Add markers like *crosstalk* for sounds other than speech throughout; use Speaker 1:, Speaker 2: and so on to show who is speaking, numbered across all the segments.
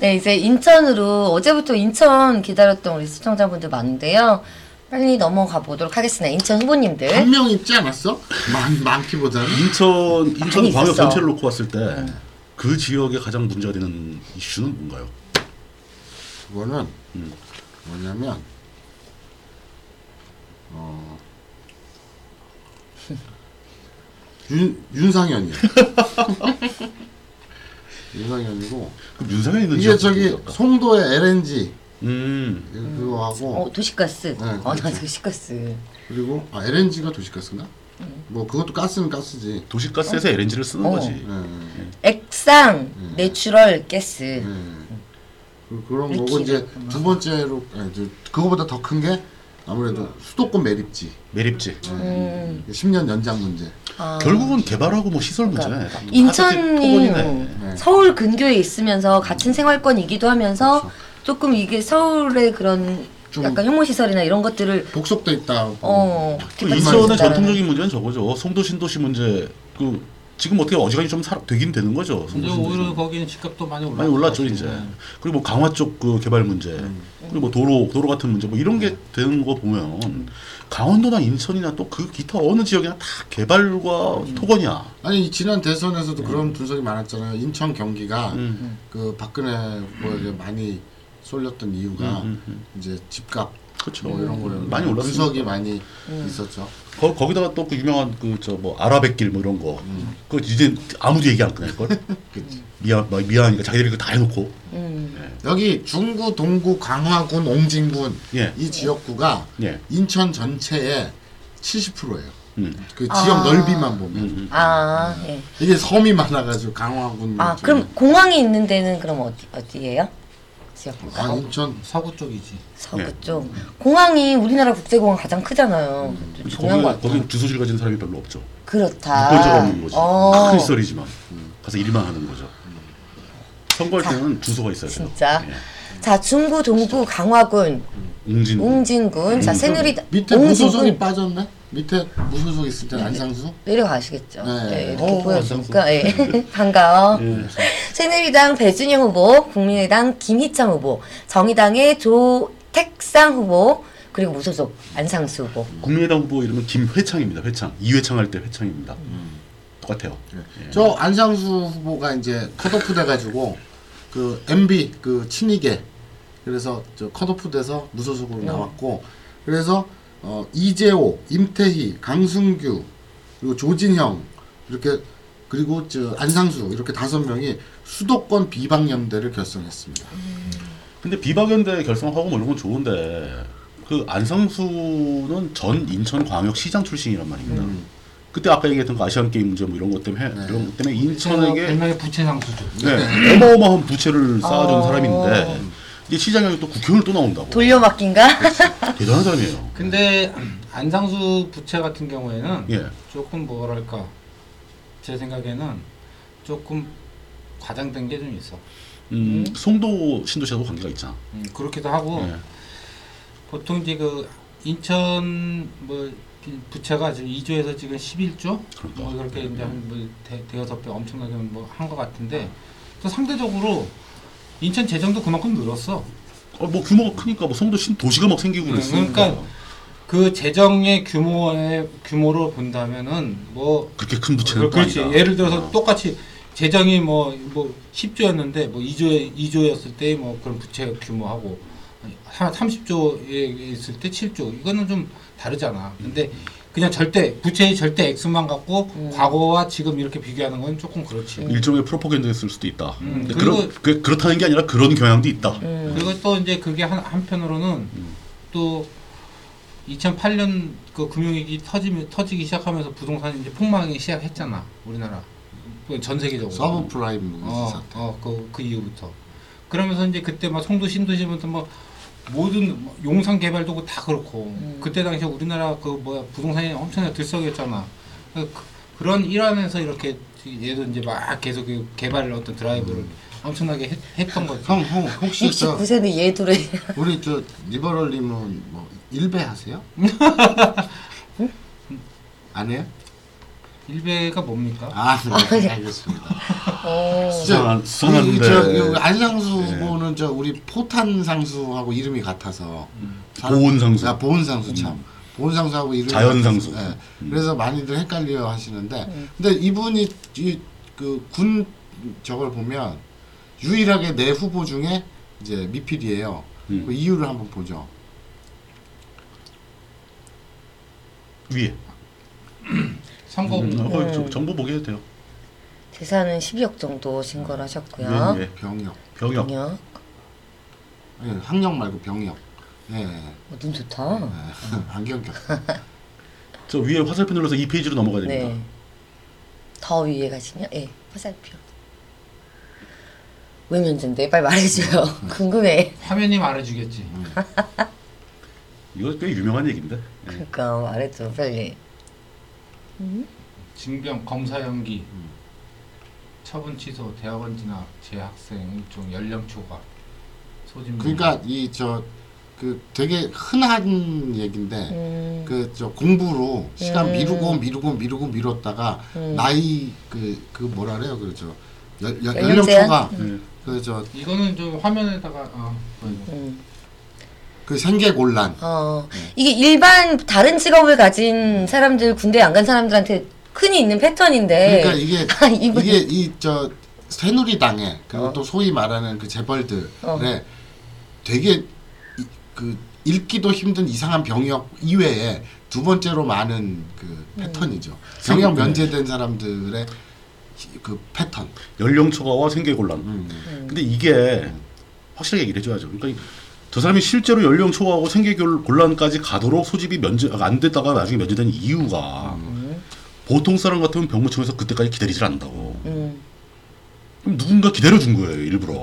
Speaker 1: 네, 이제 인천으로 어제부터 인천 기다렸던 우리 시청자분들 많은데요. 빨리 넘어가 보도록 하겠습니다. 인천 후보님들.
Speaker 2: 한 명 있지 않았어? 많, 많기보다는
Speaker 3: 인천 인천
Speaker 1: 많이
Speaker 3: 광역
Speaker 1: 있었어. 네.
Speaker 3: 전체를 놓고 봤을 때 그 지역에 가장 문제가 되는 이슈는 뭔가요?
Speaker 2: 그거는 뭐냐면 어, 윤 윤상현이야. 윤상현이고
Speaker 3: 그럼 윤상현 있는
Speaker 2: 이게
Speaker 3: 지역
Speaker 2: 저기 송도의 LNG
Speaker 3: 음
Speaker 2: 그거 하고
Speaker 1: 어, 도시가스.
Speaker 2: 네,
Speaker 1: 어, 나
Speaker 2: 그렇죠.
Speaker 1: 도시가스.
Speaker 2: 그리고 아 LNG가 도시가스인가? 뭐 그것도 가스는 가스지.
Speaker 3: 도시가스에서 LNG를 쓰는
Speaker 1: 어.
Speaker 3: 거지.
Speaker 2: 예, 예,
Speaker 1: 액상,
Speaker 3: 음.
Speaker 1: 내추럴 가스.
Speaker 2: 예. 그- 그런
Speaker 1: 리퀴드
Speaker 2: 거고 이제
Speaker 1: 같구나.
Speaker 2: 두 번째로 예, 이제 그거보다 더 큰 게 아무래도 수도권 매립지
Speaker 3: 매립지.
Speaker 1: 음.
Speaker 2: 10년 연장 문제.
Speaker 1: 아.
Speaker 3: 결국은 개발하고 뭐 시설 문제.
Speaker 1: 그러니까
Speaker 3: 다
Speaker 1: 인천이 음,
Speaker 3: 토건이네. 음.
Speaker 2: 네.
Speaker 1: 서울 근교에 있으면서 같은 생활권이기도 하면서
Speaker 3: 그렇죠.
Speaker 1: 조금 이게 서울의 그런
Speaker 2: 좀
Speaker 1: 약간 혐오시설이나 이런 것들을
Speaker 2: 복속돼 있다.
Speaker 1: 어,
Speaker 3: 그
Speaker 1: 뒷받침해
Speaker 3: 음. 인천의
Speaker 1: 준다라는
Speaker 3: 전통적인 문제는 저거죠. 송도 신도시 문제. 그 지금 어떻게 어지간히 좀 살, 되긴 되는 거죠.
Speaker 4: 근데
Speaker 3: 송도
Speaker 4: 오히려
Speaker 3: 신도시.
Speaker 4: 거기는 집값도 많이 올랐
Speaker 3: 많이 올랐죠 이제. 그리고 뭐 강화 쪽 그 개발 문제.
Speaker 1: 음.
Speaker 3: 그리고 뭐 도로 도로 같은 문제 뭐 이런
Speaker 1: 네.
Speaker 3: 게 되는 거 보면 강원도나 인천이나 또 그 기타 어느 지역이나 다 개발과
Speaker 1: 음.
Speaker 3: 토건이야.
Speaker 2: 아니 이 지난
Speaker 3: 음.
Speaker 2: 대선에서도 그런 분석이 많았잖아요. 인천 경기가 그 박근혜 후보에게 많이 쏠렸던 이유가 이제 집값
Speaker 3: 그렇죠.
Speaker 2: 뭐
Speaker 1: 음.
Speaker 2: 이런 거에
Speaker 3: 음, 많이 올랐어.
Speaker 1: 그
Speaker 2: 분석이 많이 있었죠.
Speaker 3: 거, 거기다가 또 그 유명한 그 저 뭐 아라뱃길 뭐 이런 거.
Speaker 1: 음.
Speaker 3: 그거 이제 아무도 얘기
Speaker 1: *laughs*
Speaker 3: 안 꺼낼 걸.
Speaker 2: 그치.
Speaker 3: 미안 뭐 미안하니까 자기들이 그거 다 해놓고.
Speaker 1: 음.
Speaker 2: 여기 중구, 동구, 강화군, 옹진군
Speaker 3: 예.
Speaker 2: 이 지역구가
Speaker 3: 예.
Speaker 2: 인천 전체의 70%예요.
Speaker 3: 음.
Speaker 2: 그
Speaker 1: 아.
Speaker 2: 지역 넓이만 보면
Speaker 1: 아, 예.
Speaker 2: 이게 섬이 많아가지고 강화군.
Speaker 3: 음.
Speaker 1: 아,
Speaker 2: 쪽에.
Speaker 1: 그럼 공항이 있는 데는 그럼 어디 어디예요?
Speaker 3: 뭐
Speaker 1: 지역구가
Speaker 2: 아 인천
Speaker 4: 서구 쪽이지.
Speaker 1: 서구
Speaker 3: 예.
Speaker 1: 쪽. 공항이 우리나라 국제공항 가장 크잖아요. 좀 중요한 것
Speaker 3: 거기
Speaker 1: 같아요.
Speaker 3: 거기 주소질 가진 사람이 별로 없죠.
Speaker 1: 그렇다.
Speaker 3: 무권자가 없는 거지.
Speaker 1: 아. 어,
Speaker 3: 큰 시설이지만 가서 일만 하는 거죠. 선거할 때는 주소가 있어야 돼요.
Speaker 1: 진짜.
Speaker 3: 예.
Speaker 1: 자, 중구, 동구, 강화군,
Speaker 3: 웅진.
Speaker 1: 웅진군, 자, 새누리당,
Speaker 2: 밑에 무소속이
Speaker 1: 웅진군
Speaker 2: 빠졌네. 밑에 무소속 있을 때 안상수.
Speaker 1: 내려가시겠죠.
Speaker 2: 네.
Speaker 1: 예, 이렇게
Speaker 3: 어,
Speaker 1: 보여주니까 예. *laughs* 반가워. 새누리당 배준영 후보, 국민의당 김희창 후보, 정의당의 조택상 후보, 그리고 무소속 안상수 후보.
Speaker 3: 국민의당 후보 이름은 김회창입니다. 회창. 이회창 할 때 회창입니다. 똑같아요.
Speaker 2: 저 안상수 후보가 이제 컷오프 돼가지고 그 MB 그 친이계 그래서 저 컷오프 돼서 무소속으로 나왔고 그래서 어 이재호, 임태희, 강승규 그리고 조진형 이렇게 그리고 저 안상수 이렇게 다섯 명이 수도권 비방연대를 결성했습니다.
Speaker 3: 근데 비박연대 결성하고 뭐 이런 건 좋은데 그 안상수는 전 인천광역시장 출신이란 말입니다. 그때 아까 얘기했던 그 아시안 게임 문제 뭐 이런 것 때문에 이런 것 때문에 인천에게
Speaker 4: 별명이 부채상 수준.
Speaker 3: 네, 어마어마한 부채를 쌓아준
Speaker 1: 어.
Speaker 3: 사람인데 이제 시장에 또 국회의원 또 나온다고
Speaker 1: 돌려막기인가?
Speaker 3: 대단한 사람이에요.
Speaker 4: 그 근데 안상수 부채 같은 경우에는
Speaker 3: 예.
Speaker 4: 조금 뭐랄까 제 생각에는 조금 과장된 게 좀 있어.
Speaker 3: 음, 송도 신도시하고 관계가 있잖아.
Speaker 4: 음, 그렇기도 하고
Speaker 3: 예.
Speaker 4: 보통 이제 그 인천 뭐 부채가 지금 2조에서 지금 11조
Speaker 3: 그러니까.
Speaker 4: 뭐 그렇게 이제 한뭐 대여섯 배 엄청나게 뭐한 것 같은데 또 상대적으로 인천 재정도 그만큼 늘었어.
Speaker 3: 어, 뭐 규모가 크니까 뭐 송도 신 도시가 막 생기고
Speaker 4: 음,
Speaker 3: 그랬으니까
Speaker 4: 그러니까 그 재정의 규모의 규모로 본다면은 뭐
Speaker 3: 그렇게 큰 부채는
Speaker 4: 그-
Speaker 3: 또
Speaker 4: 그렇지
Speaker 3: 아니다.
Speaker 4: 예를 들어서
Speaker 3: 어.
Speaker 4: 똑같이 재정이 뭐 뭐 10조였는데 뭐 2조 2조였을 때 뭐 그런 부채 규모하고 한 30조에 있을 때 7조 이거는 좀 다르잖아. 근데 그냥 절대 부채의 절대 액수만 갖고 과거와 지금 이렇게 비교하는 건 조금 그렇지.
Speaker 3: 일종의 프로포겐드였을 수도 있다.
Speaker 4: 음,
Speaker 3: 근데
Speaker 4: 그리고- 예.
Speaker 3: 그런- 그, 그렇다는 게 아니라 그런 경향도 있다.
Speaker 4: 그리고 또 이제 그게 한, 한편으로는 또 2008년 그 금융위기 터지면 터지기 시작하면서 부동산이 이제 폭망이 시작했잖아 우리나라 그전 세계적으로
Speaker 2: 서브프라임
Speaker 4: 어,
Speaker 2: 사태.
Speaker 4: 어, 그, 그 이후부터 그러면서 이제 그때 막 송도 신도시부터 뭐 모든 뭐 용산 개발도 그렇고 다 그렇고 그때 당시에 우리나라 그 뭐야 부동산이 엄청나게 들썩였잖아 그, 그런 일환에서 이렇게 얘도 이제 막 계속 그 개발을 어떤 드라이브를
Speaker 2: 음.
Speaker 4: 엄청나게 했, 했던 거지
Speaker 2: 형, 형
Speaker 1: *laughs*
Speaker 2: 혹시 저
Speaker 1: 69세는 얘들의
Speaker 2: 우리 저 리버럴님은 뭐 일배
Speaker 3: *laughs*
Speaker 2: 하세요? 안 해요?
Speaker 4: 일베가 뭡니까?
Speaker 3: 아, 네.
Speaker 2: 아, 네, 알겠습니다.
Speaker 1: 어.
Speaker 3: 수상한- 수상한데.
Speaker 2: 우리 저, 그 안상수
Speaker 3: 예.
Speaker 2: 후보는 저 우리 포탄 상수하고 이름이 같아서 사람-
Speaker 3: 보은 상수.
Speaker 2: 아, 보은 상수 참. 보은 상수하고 이름이
Speaker 3: 음. 자연 상수. 음.
Speaker 2: 같아서, 예. 그래서 많이들 헷갈려 하시는데 근데 이분이 이그군 저걸 보면 유일하게 내 후보 중에 이제 미필이에요.
Speaker 3: 음.
Speaker 2: 그 이유를 한번 보죠.
Speaker 3: 위에.
Speaker 5: 선거
Speaker 3: 음,
Speaker 5: 음.
Speaker 3: 어,
Speaker 4: 네.
Speaker 3: 저- 정보 보게 해도 돼요.
Speaker 1: 재산은 12억 정도 신고를 하셨고요. 어,
Speaker 3: 예, 예.
Speaker 2: 병역.
Speaker 3: 병역.
Speaker 1: 병역.
Speaker 2: 예, 학력 말고 병역. 예. *laughs* 예.
Speaker 1: 어, 눈 좋다.
Speaker 2: 안경 꼈.
Speaker 3: 저 위에 화살표 눌러서 이 페이지로 넘어가야 됩니다.
Speaker 1: 네. 더 위에 가시면 예 화살표. 왜 면제인데 빨리 말해줘요.
Speaker 4: 예.
Speaker 1: 궁금해.
Speaker 5: 화면이 말해주겠지.
Speaker 2: 음.
Speaker 3: 이거 꽤 유명한 얘기인데. 예.
Speaker 1: 그러니까 말해줘 빨리.
Speaker 5: 징병 검사 연기
Speaker 2: 음.
Speaker 5: 처분 취소 대학원 진학 재학생 일종 연령 초과 소진
Speaker 2: 그러니까 이 저 그 되게 흔한 얘긴데
Speaker 1: 음,
Speaker 2: 그 저 공부로 시간
Speaker 1: 음.
Speaker 2: 미루고 미루고 미루고 미뤘다가
Speaker 1: 음. 나이
Speaker 2: 나이 그 그 뭐라 그래요 그저
Speaker 1: 연령 제한?
Speaker 2: 연령초가
Speaker 3: 음.
Speaker 2: 그저그
Speaker 5: 이거는 좀 화면에다가 어, 보여줘.
Speaker 1: 음.
Speaker 2: 그 생계 곤란
Speaker 1: 어 이게 일반 다른 직업을 가진 사람들 군대 안 간 사람들한테 흔히 있는 패턴인데.
Speaker 2: 그러니까 이게
Speaker 1: *laughs* 아, 이분.
Speaker 2: 이게 이 저 새누리당에 그리고
Speaker 1: 어.
Speaker 2: 또 소위 말하는 그 재벌들에
Speaker 1: 어.
Speaker 2: 되게 이- 그 읽기도 힘든 이상한 병역 이외에 두 번째로 많은 그
Speaker 1: 음.
Speaker 2: 패턴이죠. 병역
Speaker 3: 생계.
Speaker 2: 면제된 사람들의 히- 그 패턴.
Speaker 3: 연령 초과와 생계 곤란. 근데 이게 확실하게 얘기를 해줘야죠. 그러니까 이- 저 사람이 실제로 연령 초과하고 생계 결- 곤란까지 가도록 소집이 면제 안 됐다가 나중에 면제된 이유가 보통 사람 같으면 병무청에서 그때까지 기다리질 않는다고.
Speaker 1: 음.
Speaker 3: 그럼 누군가 기다려준 거예요, 일부러.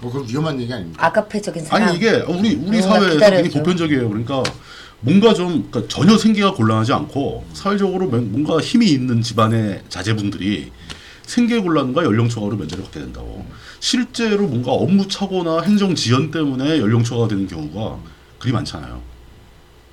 Speaker 2: 뭐 그럼 위험한 얘기 아닙니까?
Speaker 1: 아카페적인 사람.
Speaker 3: 아니 이게 우리 우리
Speaker 1: 음,
Speaker 3: 사회에서
Speaker 1: 기다려줘.
Speaker 3: 굉장히 보편적이에요. 그러니까 뭔가 좀 그러니까 전혀 생계가 곤란하지 않고 사회적으로 면- 뭔가 힘이 있는 집안의 자제분들이 생계 곤란과 연령 초과로 면제를 받게 된다고. 실제로 뭔가 업무 착오나 행정 지연 때문에 연령 초과가 되는 경우가 그리 많잖아요.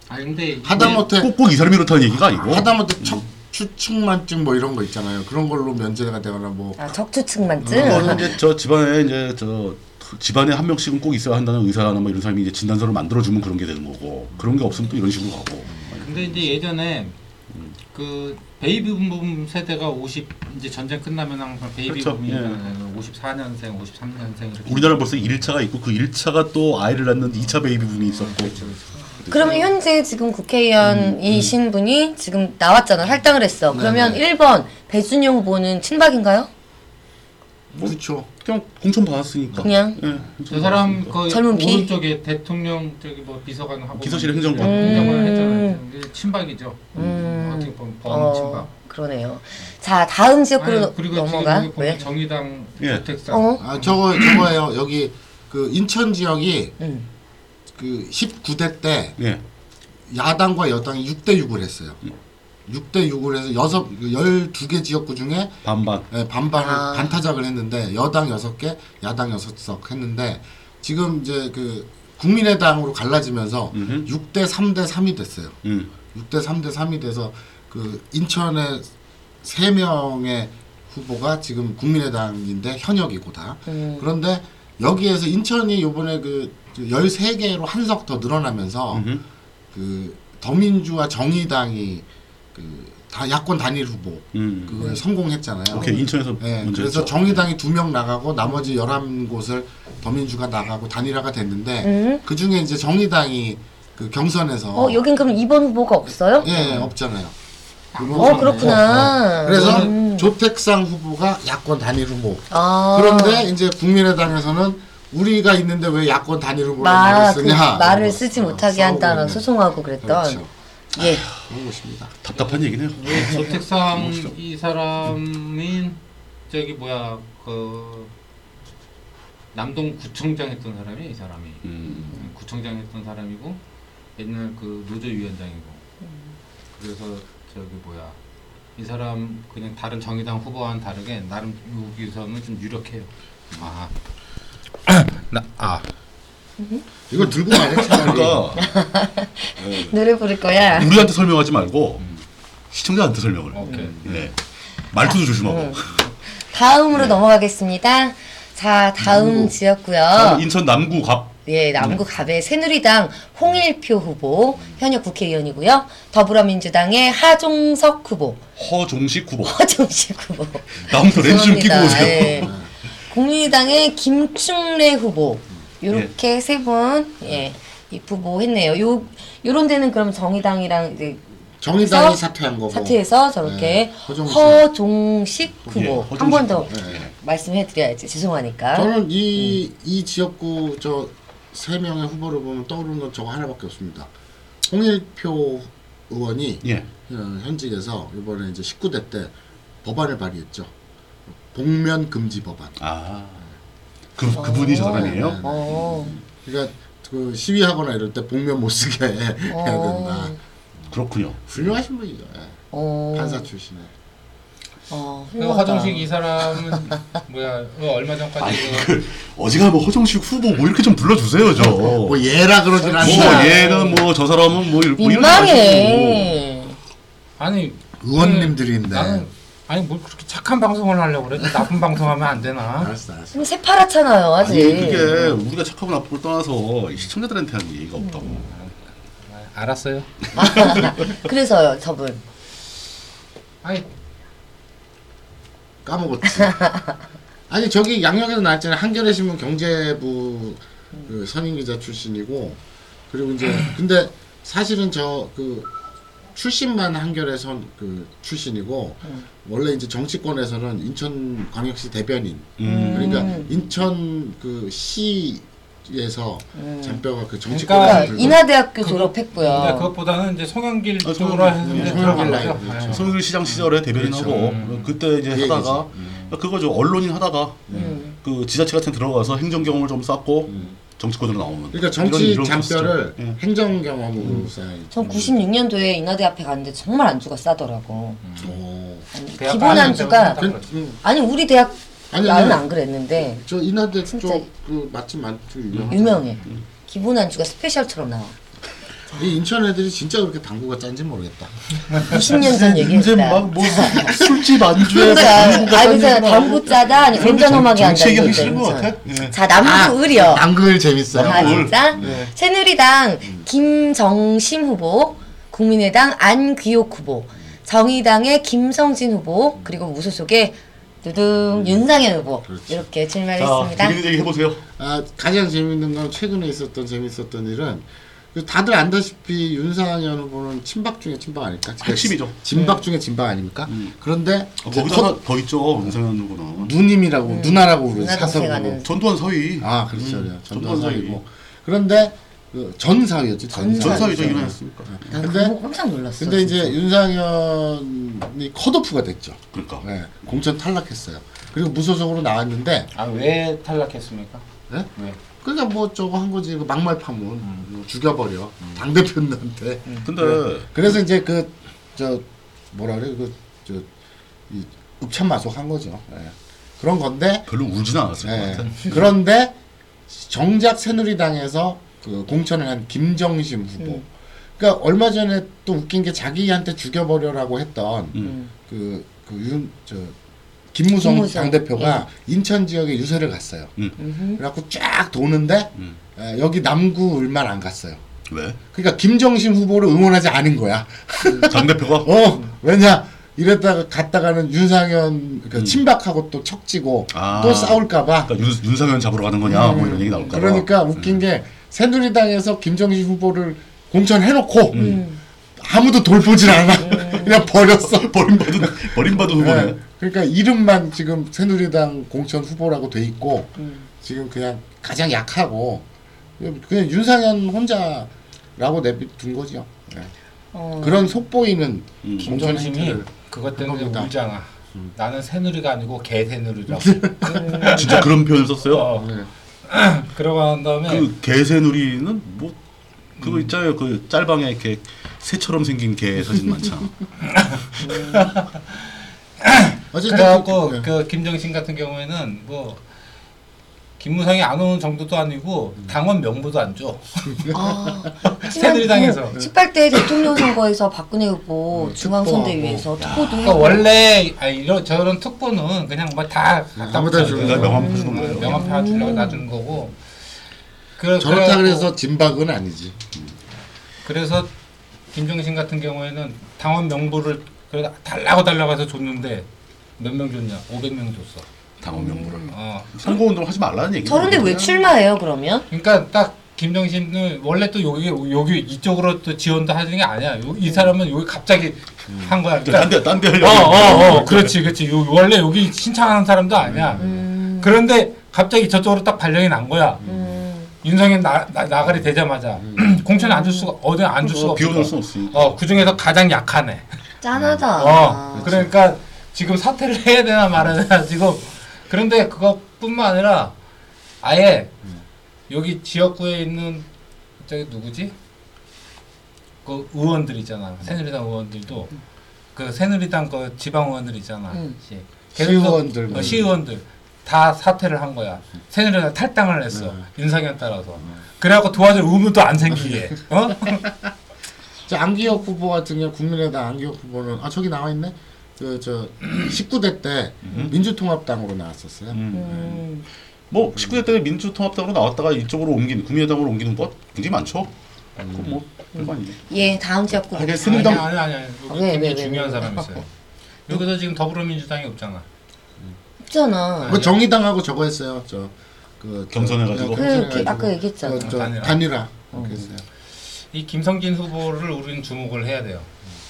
Speaker 5: 아 근데 이게
Speaker 2: 하다못해
Speaker 3: 네. 꼭 음. 꼭 이 사람이 그렇다는 얘기가 아니고.
Speaker 2: 네. 하다못해 척 추측만증 뭐 이런 거 있잖아요. 그런 걸로 면제가 되거나 뭐
Speaker 1: 아, 적추측만증.
Speaker 3: 그거는 이제 저 집안에 이제 저 집안에 한 명씩은 꼭 있어야 한다는 의사나 뭐 이런 사람이 이제 진단서를 만들어 주면 그런 게 되는 거고 그런 게 없으면 또 이런 식으로 가고.
Speaker 5: 근데 이제 예전에
Speaker 2: 음.
Speaker 5: 그 베이비 붐 세대가 50 이제 전쟁 끝나면 항상 베이비
Speaker 3: 그렇죠.
Speaker 2: 예.
Speaker 5: 붐이잖아요. 54년생, 53년생 이렇게.
Speaker 3: 우리나라 벌써 1차가 있고 그 1차가 또 아이를 낳는 2차 베이비 붐이 있었고
Speaker 1: 그러면 현재 지금 국회의원이신 분이 지금 나왔잖아요. 할당을 했어. 그러면
Speaker 2: 네.
Speaker 1: 1번 배준영 후보는 친박인가요?
Speaker 3: 뭐-
Speaker 2: 그렇죠.
Speaker 3: 그냥 공천 받았으니까
Speaker 1: 그냥?
Speaker 3: 예, 공천
Speaker 5: 저 사람
Speaker 3: 받았으니까.
Speaker 5: 그
Speaker 1: 젊은 피?
Speaker 5: 오른쪽에 대통령 저기 뭐 비서관 하고
Speaker 3: 비서실 행정관.
Speaker 5: 행정관
Speaker 1: 음.
Speaker 5: 했잖아요. 이게 친박이죠.
Speaker 1: 음.
Speaker 5: 어떻게 보면 범
Speaker 1: 어,
Speaker 5: 친박.
Speaker 1: 그러네요. 자, 다음 지역으로
Speaker 5: 아니, 그리고
Speaker 1: 넘어가. 네.
Speaker 5: 지금 여기 보면
Speaker 1: 왜?
Speaker 5: 정의당
Speaker 3: 예.
Speaker 5: 주택사.
Speaker 1: 어?
Speaker 2: 아 저거 저거예요. 여기 그 인천 지역이
Speaker 1: 음.
Speaker 2: 그 19대 때
Speaker 3: 예.
Speaker 2: 야당과 여당이 6대 6을 했어요. 6대 6을 해서 여섯 12개 지역구 중에
Speaker 3: 반반
Speaker 2: 예, 반반을
Speaker 1: 아.
Speaker 2: 반타작을 했는데 여당 6개, 야당 6석 했는데 지금 이제 그 국민의당으로 갈라지면서
Speaker 3: 음흠.
Speaker 2: 6대 3대 3이 됐어요.
Speaker 3: 음.
Speaker 2: 6대 3대 3이 돼서 그 인천의 세 명의 후보가 지금 국민의당인데 현역이고 다.
Speaker 1: 음.
Speaker 2: 그런데 여기에서 인천이 요번에 그 13개로 한석 더 늘어나면서
Speaker 3: 음흠.
Speaker 2: 그 더민주와 정의당이 그 다 야권 단일 후보
Speaker 3: 음.
Speaker 2: 그걸 성공했잖아요.
Speaker 3: 오케이 인천에서
Speaker 2: 예,
Speaker 3: 먼저
Speaker 2: 그래서
Speaker 3: 했죠. 네.
Speaker 2: 정의당이 두 명 나가고 나머지 11곳을 더민주가 나가고 단일화가 됐는데
Speaker 1: 음.
Speaker 2: 그 중에 이제 정의당이 그 경선에서
Speaker 1: 어, 여긴 그럼 2번 후보가 없어요?
Speaker 2: 예, 예, 없잖아요.
Speaker 1: 어, 그렇구나.
Speaker 2: 어, 그래서
Speaker 1: 음.
Speaker 2: 조택상 후보가 야권 단일 후보.
Speaker 1: 아.
Speaker 2: 그런데 이제 국민의당에서는 우리가 있는데 왜 야권 단일 후보로 말을
Speaker 1: 막 그,
Speaker 2: 쓰냐?
Speaker 1: 말을
Speaker 2: 이러고
Speaker 1: 쓰지
Speaker 2: 있어요.
Speaker 1: 못하게
Speaker 2: 싸우고
Speaker 1: 한다는
Speaker 2: 있는.
Speaker 1: 소송하고 그랬던.
Speaker 2: 그렇죠.
Speaker 1: 예.
Speaker 2: 그런 것입니다.
Speaker 3: 답답한 얘기네요.
Speaker 5: 왜 저택상
Speaker 3: 멋있어.
Speaker 5: 이 사람인 저기 뭐야 그 남동 구청장 했던 사람이 이 사람이
Speaker 3: 음.
Speaker 5: 구청장 했던 사람이고 옛날 그 노조위원장이고 그래서 저기 뭐야 이 사람 그냥 다른 정의당 후보와는 다르게 나름 여기서는 좀 유력해요. *clears throat* 아, 그
Speaker 3: 나, 아
Speaker 2: 이걸 들고 말해 차라리.
Speaker 3: 그러니까
Speaker 1: 노래 부를 거야.
Speaker 3: 우리한테 설명하지 말고 시청자한테 설명을.
Speaker 5: 오케이.
Speaker 3: *laughs* 네. 말투도 조심하고.
Speaker 1: 다음으로 넘어가겠습니다. 자, 다음
Speaker 3: 남구.
Speaker 1: 지역구요.
Speaker 3: 인천 남구 갑
Speaker 1: 예, 남구
Speaker 3: 음.
Speaker 1: 갑의 새누리당 홍일표 후보, 현역 국회의원이고요. 더불어민주당의 하종석 후보, *laughs*
Speaker 3: 허종식 후보.
Speaker 1: 허정식
Speaker 3: *laughs*
Speaker 1: 후보.
Speaker 3: 다음부터 렌즈 좀 끼고
Speaker 1: 죄송합니다.
Speaker 3: 오세요. 음.
Speaker 1: 예. 국민의당의 김충래 후보, 요렇게 세 분, 예, 이 후보 했네요. 요, 요런 데는 그럼 정의당이랑 이제
Speaker 2: 정의당이
Speaker 1: 그래서
Speaker 2: 사퇴한
Speaker 3: 어,
Speaker 2: 거고.
Speaker 1: 사퇴해서 저렇게
Speaker 2: 네, 허종식.
Speaker 1: 허종식
Speaker 3: 예,
Speaker 1: 후보
Speaker 3: 허종식
Speaker 1: 한 번 더
Speaker 2: 네.
Speaker 1: 말씀해드려야지 죄송하니까
Speaker 2: 저는 이 이 지역구 저 세 명의 후보를 보면 떠오르는 건 저거 하나밖에 없습니다. 홍일표 의원이
Speaker 3: *laughs* 예.
Speaker 2: 어, 현직에서 이번에 이제 19대 때 법안을 발의했죠. 복면 금지 법안.
Speaker 3: 아. 그 그분이 저 사람이에요?
Speaker 1: 어,
Speaker 2: 그러니까 그 시위하거나 이럴 때 복면 못 쓰게 해야 된다.
Speaker 3: 그렇군요.
Speaker 2: 훌륭하신 분이죠. 예.
Speaker 1: 어,
Speaker 2: 판사 출신에.
Speaker 1: 어,
Speaker 5: 그 화정식 이 사람은 뭐야 어, 얼마
Speaker 3: 아니
Speaker 5: 전까지 그
Speaker 3: 그 어지간하면 허정식 후보 뭐 이렇게 좀 불러주세요 저. 뭐
Speaker 2: 뭐 얘라 그러진 않지만
Speaker 1: 예.
Speaker 3: 얘가 뭐 저 사람은 뭐, 이- 뭐 이런 식으로.
Speaker 1: 민망해
Speaker 5: 아니
Speaker 2: 의원님들인데.
Speaker 1: 음.
Speaker 5: 나는 아니 뭘 그렇게 착한 방송을 하려고 그래 나쁜 방송하면 안 되나
Speaker 2: 알았어, 알았어.
Speaker 1: 지금 새파랗잖아요 아직
Speaker 3: 뭐. 아니 그게 우리가 착하고 나쁘고 떠나서 이 시청자들한테 하는 얘기가 없다고.
Speaker 5: 아, 알았어요
Speaker 1: *laughs* 그래서요 저분
Speaker 5: 아니
Speaker 2: 까먹었지. 아니 저기 양력에서 나왔잖아요. 한겨레 신문 경제부 그 선임 기자 출신이고 그리고 이제 근데 사실은 저 그 출신만 한겨레 선그 출신이고 원래 이제 정치권에서는 인천 광역시 대변인
Speaker 3: 음.
Speaker 2: 그러니까 인천 그 시에서 잔뼈가
Speaker 5: 그러니까
Speaker 2: 그 정치권에서
Speaker 1: 그러니까
Speaker 2: 들고
Speaker 1: 인하대학교
Speaker 5: 그-
Speaker 1: 졸업했고요
Speaker 5: 그러니까 그것보다는 이제 송영길
Speaker 3: 아,
Speaker 5: 쪽으로
Speaker 3: 송영길.
Speaker 5: 했는데
Speaker 2: 음, 송영길 라인,
Speaker 5: 들어가고요.
Speaker 2: 그렇죠.
Speaker 5: 네.
Speaker 3: 성일 시장 시절에 대변인하고
Speaker 5: 그렇죠.
Speaker 3: 그때 이제
Speaker 2: 그 얘기지.
Speaker 3: 하다가 그러니까 그거죠 언론인 하다가
Speaker 1: 음.
Speaker 3: 그 지자체 같은 데 들어가서 행정 경험을 좀 쌓고 정치권으로 나오는.
Speaker 2: 그러니까
Speaker 3: 이런-
Speaker 2: 정치
Speaker 3: 이런
Speaker 2: 잔뼈를
Speaker 3: 케이스죠. 예.
Speaker 2: 행정 경험으로 쌓여
Speaker 1: 전 96년도에 인하대 앞에 갔는데 정말 안주가 싸더라고
Speaker 2: 음. 오.
Speaker 1: 아니,
Speaker 5: 대학 그렇죠.
Speaker 1: 기본
Speaker 5: 안에
Speaker 1: 안주가
Speaker 5: 들어가면
Speaker 2: 그, 음,
Speaker 1: 아니 우리 대학
Speaker 2: 아니,
Speaker 1: 나는
Speaker 2: 아니.
Speaker 1: 안 그랬는데
Speaker 2: 저 인하대
Speaker 1: 진짜.
Speaker 2: 쪽그 맛집 많죠
Speaker 3: 음.
Speaker 2: 유명하죠.
Speaker 1: 유명해 기본 안주가 스페셜처럼
Speaker 3: *laughs*
Speaker 1: 나와
Speaker 2: 이 인천 애들이 진짜 그렇게 당구가 짠지 모르겠다.
Speaker 1: 20년 전
Speaker 3: 이제
Speaker 1: 얘기했다 *laughs*
Speaker 3: 막뭐 뭐 술집
Speaker 1: 네.
Speaker 3: 안주에
Speaker 1: 그러니까 아니 그래서 당구 짜다 아니 운전험하게 한다
Speaker 3: 정치하기
Speaker 1: 이거죠
Speaker 3: 싫은 것
Speaker 1: 인천.
Speaker 3: 같아. 예.
Speaker 1: 자 남구을이요
Speaker 2: 당구를 재밌어요.
Speaker 1: 아
Speaker 3: 뭘.
Speaker 1: 진짜?
Speaker 5: 네.
Speaker 1: 새누리당 김정심 후보, 국민의당 안귀옥 후보, 정의당의 김성진 후보, 그리고 무소속의 두둥 윤상현 후보
Speaker 2: 그렇지.
Speaker 1: 이렇게
Speaker 3: 자,
Speaker 1: 출마했습니다.
Speaker 3: 재밌는 얘기 해보세요. 어,
Speaker 2: 아, 가장 재밌는 건 최근에 있었던 재밌었던 일은 그 다들 안다시피 윤상현 후보는 친박 중에 친박 아닐까? 네.
Speaker 3: 핵심이죠. 네.
Speaker 2: 진박 중에 진박 아니까? 그런데
Speaker 3: 아,
Speaker 2: 이제
Speaker 3: 거기다
Speaker 2: 컷-
Speaker 3: 하나 더 있죠, 윤상현 후보는.
Speaker 2: 누님이라고 누나라고 부르죠.
Speaker 1: 음. 누나
Speaker 2: 사서
Speaker 1: 동생
Speaker 2: 부르고.
Speaker 1: 아는
Speaker 3: 전두환 서희.
Speaker 2: 아 그렇죠,
Speaker 3: 음, 전두환
Speaker 2: 전사이고
Speaker 3: 서희.
Speaker 2: 그런데 그 전사위였지 전사위.
Speaker 3: 전사위죠 네. 그렇죠. 일어났으니까.
Speaker 1: 난
Speaker 2: 근데
Speaker 1: 그거 아, 깜짝 놀랐어.
Speaker 2: 근데
Speaker 1: 진짜.
Speaker 2: 이제 윤상현이 컷오프가 됐죠.
Speaker 3: 그러니까.
Speaker 2: 네, 공천 탈락했어요. 그리고 무소속으로 나왔는데,
Speaker 5: 아 왜 탈락했습니까
Speaker 2: 네?
Speaker 5: 왜
Speaker 2: 그러니까 뭐 저거 한 거지. 이거 막말 파문 이거 죽여버려 당 대표님한테.
Speaker 3: 근데
Speaker 2: 그래서 이제 그 저 뭐라 그래 그저 읍참마속 한 거죠. 예. 그런 건데,
Speaker 3: 별로 울진 않았을
Speaker 2: 예.
Speaker 3: 것 같아.
Speaker 2: 그런데 정작 새누리당에서 그 공천을 한 김정심 후보. 그러니까 얼마 전에 또 웃긴 게 자기한테 죽여버려라고 했던
Speaker 3: 음.
Speaker 2: 그 그 윤 저 김무성,
Speaker 1: 김무성,
Speaker 2: 당대표가 인천 지역에 유세를 갔어요.
Speaker 3: 음.
Speaker 2: 그래갖고 쫙 도는데
Speaker 3: 음.
Speaker 2: 에, 여기 남구 을만 안 갔어요.
Speaker 3: 왜?
Speaker 2: 그러니까 김정심 후보를 응원하지 않은 거야.
Speaker 3: 장 대표가
Speaker 2: 어 왜냐 이랬다가 갔다가는 윤상현 그 친박하고 또 척지고
Speaker 3: 음. 아.
Speaker 2: 또 싸울까봐.
Speaker 3: 그러니까 윤, 윤상현 잡으러 가는 거냐 뭐 이런 얘기 나올까 봐.
Speaker 2: 그러니까 웃긴 게 새누리당에서 김정심 후보를 공천해놓고
Speaker 3: 음.
Speaker 2: 아무도 돌보질 않아. *laughs* 그냥 버렸어.
Speaker 3: 음. 버림받은 버림받은 후보네.
Speaker 2: 네. 그러니까 이름만 지금 새누리당 공천 후보라고 돼 있고 지금 그냥 가장 약하고 그냥 윤상현 혼자라고 내둔 거죠. 네. *laughs*
Speaker 1: 어,
Speaker 2: 그런 속보이는
Speaker 3: 음.
Speaker 2: 공천
Speaker 5: 김정심이
Speaker 2: 행태를
Speaker 5: 그것 때문에
Speaker 2: 겁니다. 음.
Speaker 5: 울잖아 나는 새누리가 아니고 개새누리라고
Speaker 3: 진짜 그런 표현을 네. 썼어요.
Speaker 5: 어,
Speaker 4: *clears throat*
Speaker 2: 네.
Speaker 5: 그러고 난 다음에
Speaker 3: 그 개새누리는 뭐 그거 있잖아요. 그 짤방에 이렇게 새처럼 생긴 개 사진 많잖아.
Speaker 2: 어쨌든
Speaker 5: 그래갖고
Speaker 2: 그-
Speaker 5: 그 김정신 같은 경우에는 뭐
Speaker 4: 김무상이 안 오는 정도도 아니고
Speaker 2: 음.
Speaker 4: 당원 명부도 안
Speaker 2: *laughs*
Speaker 4: 줘.
Speaker 1: 아,
Speaker 4: 새누리당에서.
Speaker 1: 18대 대통령 선거에서 박근혜 후보 중앙선대위에서 특보도
Speaker 4: 그러니까
Speaker 1: 했고
Speaker 4: 원래 아, 이런 저런 특보는 그냥 뭐다 음,
Speaker 2: 아무데나 주는
Speaker 3: 내가
Speaker 2: 거예요.
Speaker 3: 명함 주는 거예요.
Speaker 4: 명함 주려고 놔주는 거고. 그래-
Speaker 2: 저렇다
Speaker 4: 그래갖고
Speaker 2: 그래서 진박은 아니지.
Speaker 4: 그래서 김종신 같은 경우에는 당원 명부를 그래도 달라고 달라고 해서 줬는데 몇 명 줬냐? 500명 줬어.
Speaker 3: 당원 명부를.
Speaker 4: 어.
Speaker 3: *laughs* 선거운동 하지 말라는 네. 얘기.
Speaker 1: 저런데 왜 출마해요 그러면?
Speaker 4: 그러니까 딱 김정신은 원래 또 여기 여기 이쪽으로 또 지원도 하는 게 아니야. 요- 이 사람은 여기 갑자기
Speaker 3: 음.
Speaker 4: 한 거야. 그러니까
Speaker 3: 딴데 딴데 하려고.
Speaker 4: 어어어 그렇지 그렇지. 요- 원래 여기 신청하는 사람도 아니야.
Speaker 1: 음,
Speaker 4: 그런데 갑자기 저쪽으로 딱 발령이 난 거야.
Speaker 1: 음,
Speaker 4: 윤석열 나, 나 나가리 되자마자 *clears throat* 공천에 앉을 수가 어디 앉을 수가
Speaker 3: 음. 비워놓을 수
Speaker 4: 없어.
Speaker 3: 없으니까.
Speaker 4: 어그 중에서 가장 약한 애.
Speaker 1: 짠하다. 음.
Speaker 4: 어, 그러니까 지금 사퇴를 해야 되나 말아야 되나 지금 그런데 그것뿐만 아니라 아예 여기 지역구에 있는 저기 누구지? 그 의원들 있잖아 새누리당 의원들도 그 새누리당 그 지방 의원들 있잖아
Speaker 1: 음.
Speaker 4: 시-
Speaker 2: 시의원들.
Speaker 4: 어, 시의원들 다 사퇴를 한 거야 새누리당 탈당을 했어 윤석열 따라서 그래갖고 도와줄 의무도 안 생기게 어?
Speaker 2: 자, 안기혁 후보 같은 경우 국민의당 안기혁 후보는 아 저기 나와 있네. 그 저 *clears throat* 19대 때
Speaker 3: 음.
Speaker 2: 민주통합당으로 나왔었어요.
Speaker 1: 음,
Speaker 3: 뭐 19대 때 민주통합당으로 나왔다가 이쪽으로 옮긴 국민의당으로 옮기는 거 굉장히 많죠. 그건 뭐 일반이죠.
Speaker 1: 예 다음 지역 구.
Speaker 3: 아, 그래서 새누리당-
Speaker 4: 아니 아니 아니 여기
Speaker 1: 왜, 왜,
Speaker 4: 굉장히
Speaker 1: 왜,
Speaker 4: 중요한
Speaker 1: 왜.
Speaker 4: 사람 있어요 여기서 지금 더불어민주당이 없잖아
Speaker 1: 없잖아.
Speaker 2: 그 정의당하고 저거 했어요. 저그
Speaker 3: 경선해가지고.
Speaker 1: 그, 그, 아까 얘기했잖아.
Speaker 2: 저, 단일화.
Speaker 4: 단일화.
Speaker 2: 단일화. 이렇게 했어요.
Speaker 4: 이 김성진 후보를 우리는 주목을 해야 돼요.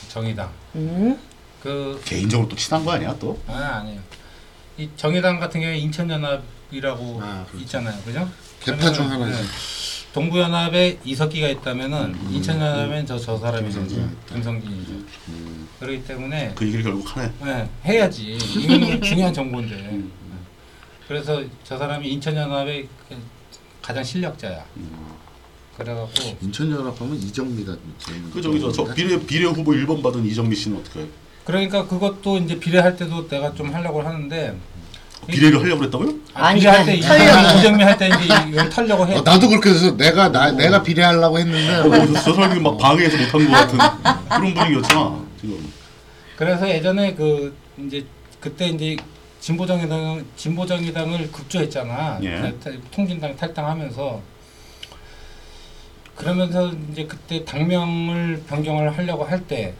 Speaker 4: 정의당.
Speaker 1: 음,
Speaker 4: 그
Speaker 3: 개인적으로 또 친한 거 아니야 또?
Speaker 4: 아니 아니에요. 이 정의당 같은 경우에 인천연합이라고
Speaker 2: 아, 그렇죠.
Speaker 4: 있잖아요, 그죠?
Speaker 2: 개파 중
Speaker 4: 그러면은,
Speaker 2: 하나지.
Speaker 4: 네. 동부연합에 이석기가
Speaker 2: 음,
Speaker 4: 있다면은 인천연합엔 저 저 사람이죠, 김성진이죠.
Speaker 2: 음.
Speaker 4: 그렇기 때문에
Speaker 3: 그 얘기를 결국 하네.
Speaker 4: 네, 해야지.
Speaker 1: *laughs*
Speaker 4: 이거는 중요한 정보인데.
Speaker 1: 음,
Speaker 4: 그래서 저 사람이 인천연합의 그 가장 실력자야.
Speaker 1: 음.
Speaker 4: 그래갖고
Speaker 2: 인천연합하면 이정미가 있는
Speaker 3: 그 저기 저저
Speaker 2: 거구나.
Speaker 3: 비례 비례 후보 1번 받은 이정미 씨는 어떻게 해요?
Speaker 4: 그러니까 그것도 이제 비례할 때도 내가 좀 하려고 하는데
Speaker 3: 비례를 하려고 그랬다고요?
Speaker 4: 아,
Speaker 1: 아니,
Speaker 4: 비례할 때 이-
Speaker 1: 털려고.
Speaker 4: 이정미 할 때 이제 이걸 털려고 해.
Speaker 2: 어, 나도 그렇게 해서 내가 나 내가 비례하려고
Speaker 3: 어,
Speaker 2: 했는데
Speaker 3: 뭐, 저 사람이 막 방해해서 못한 것 같은 그런 분위기였잖아 지금.
Speaker 4: 그래서 예전에 그 이제 그때 이제 진보정의당 진보정의당을 급조했잖아.
Speaker 3: 예.
Speaker 4: 탈- 통진당 탈당하면서 그러면서 이제 그때 당명을 변경을 하려고 할 때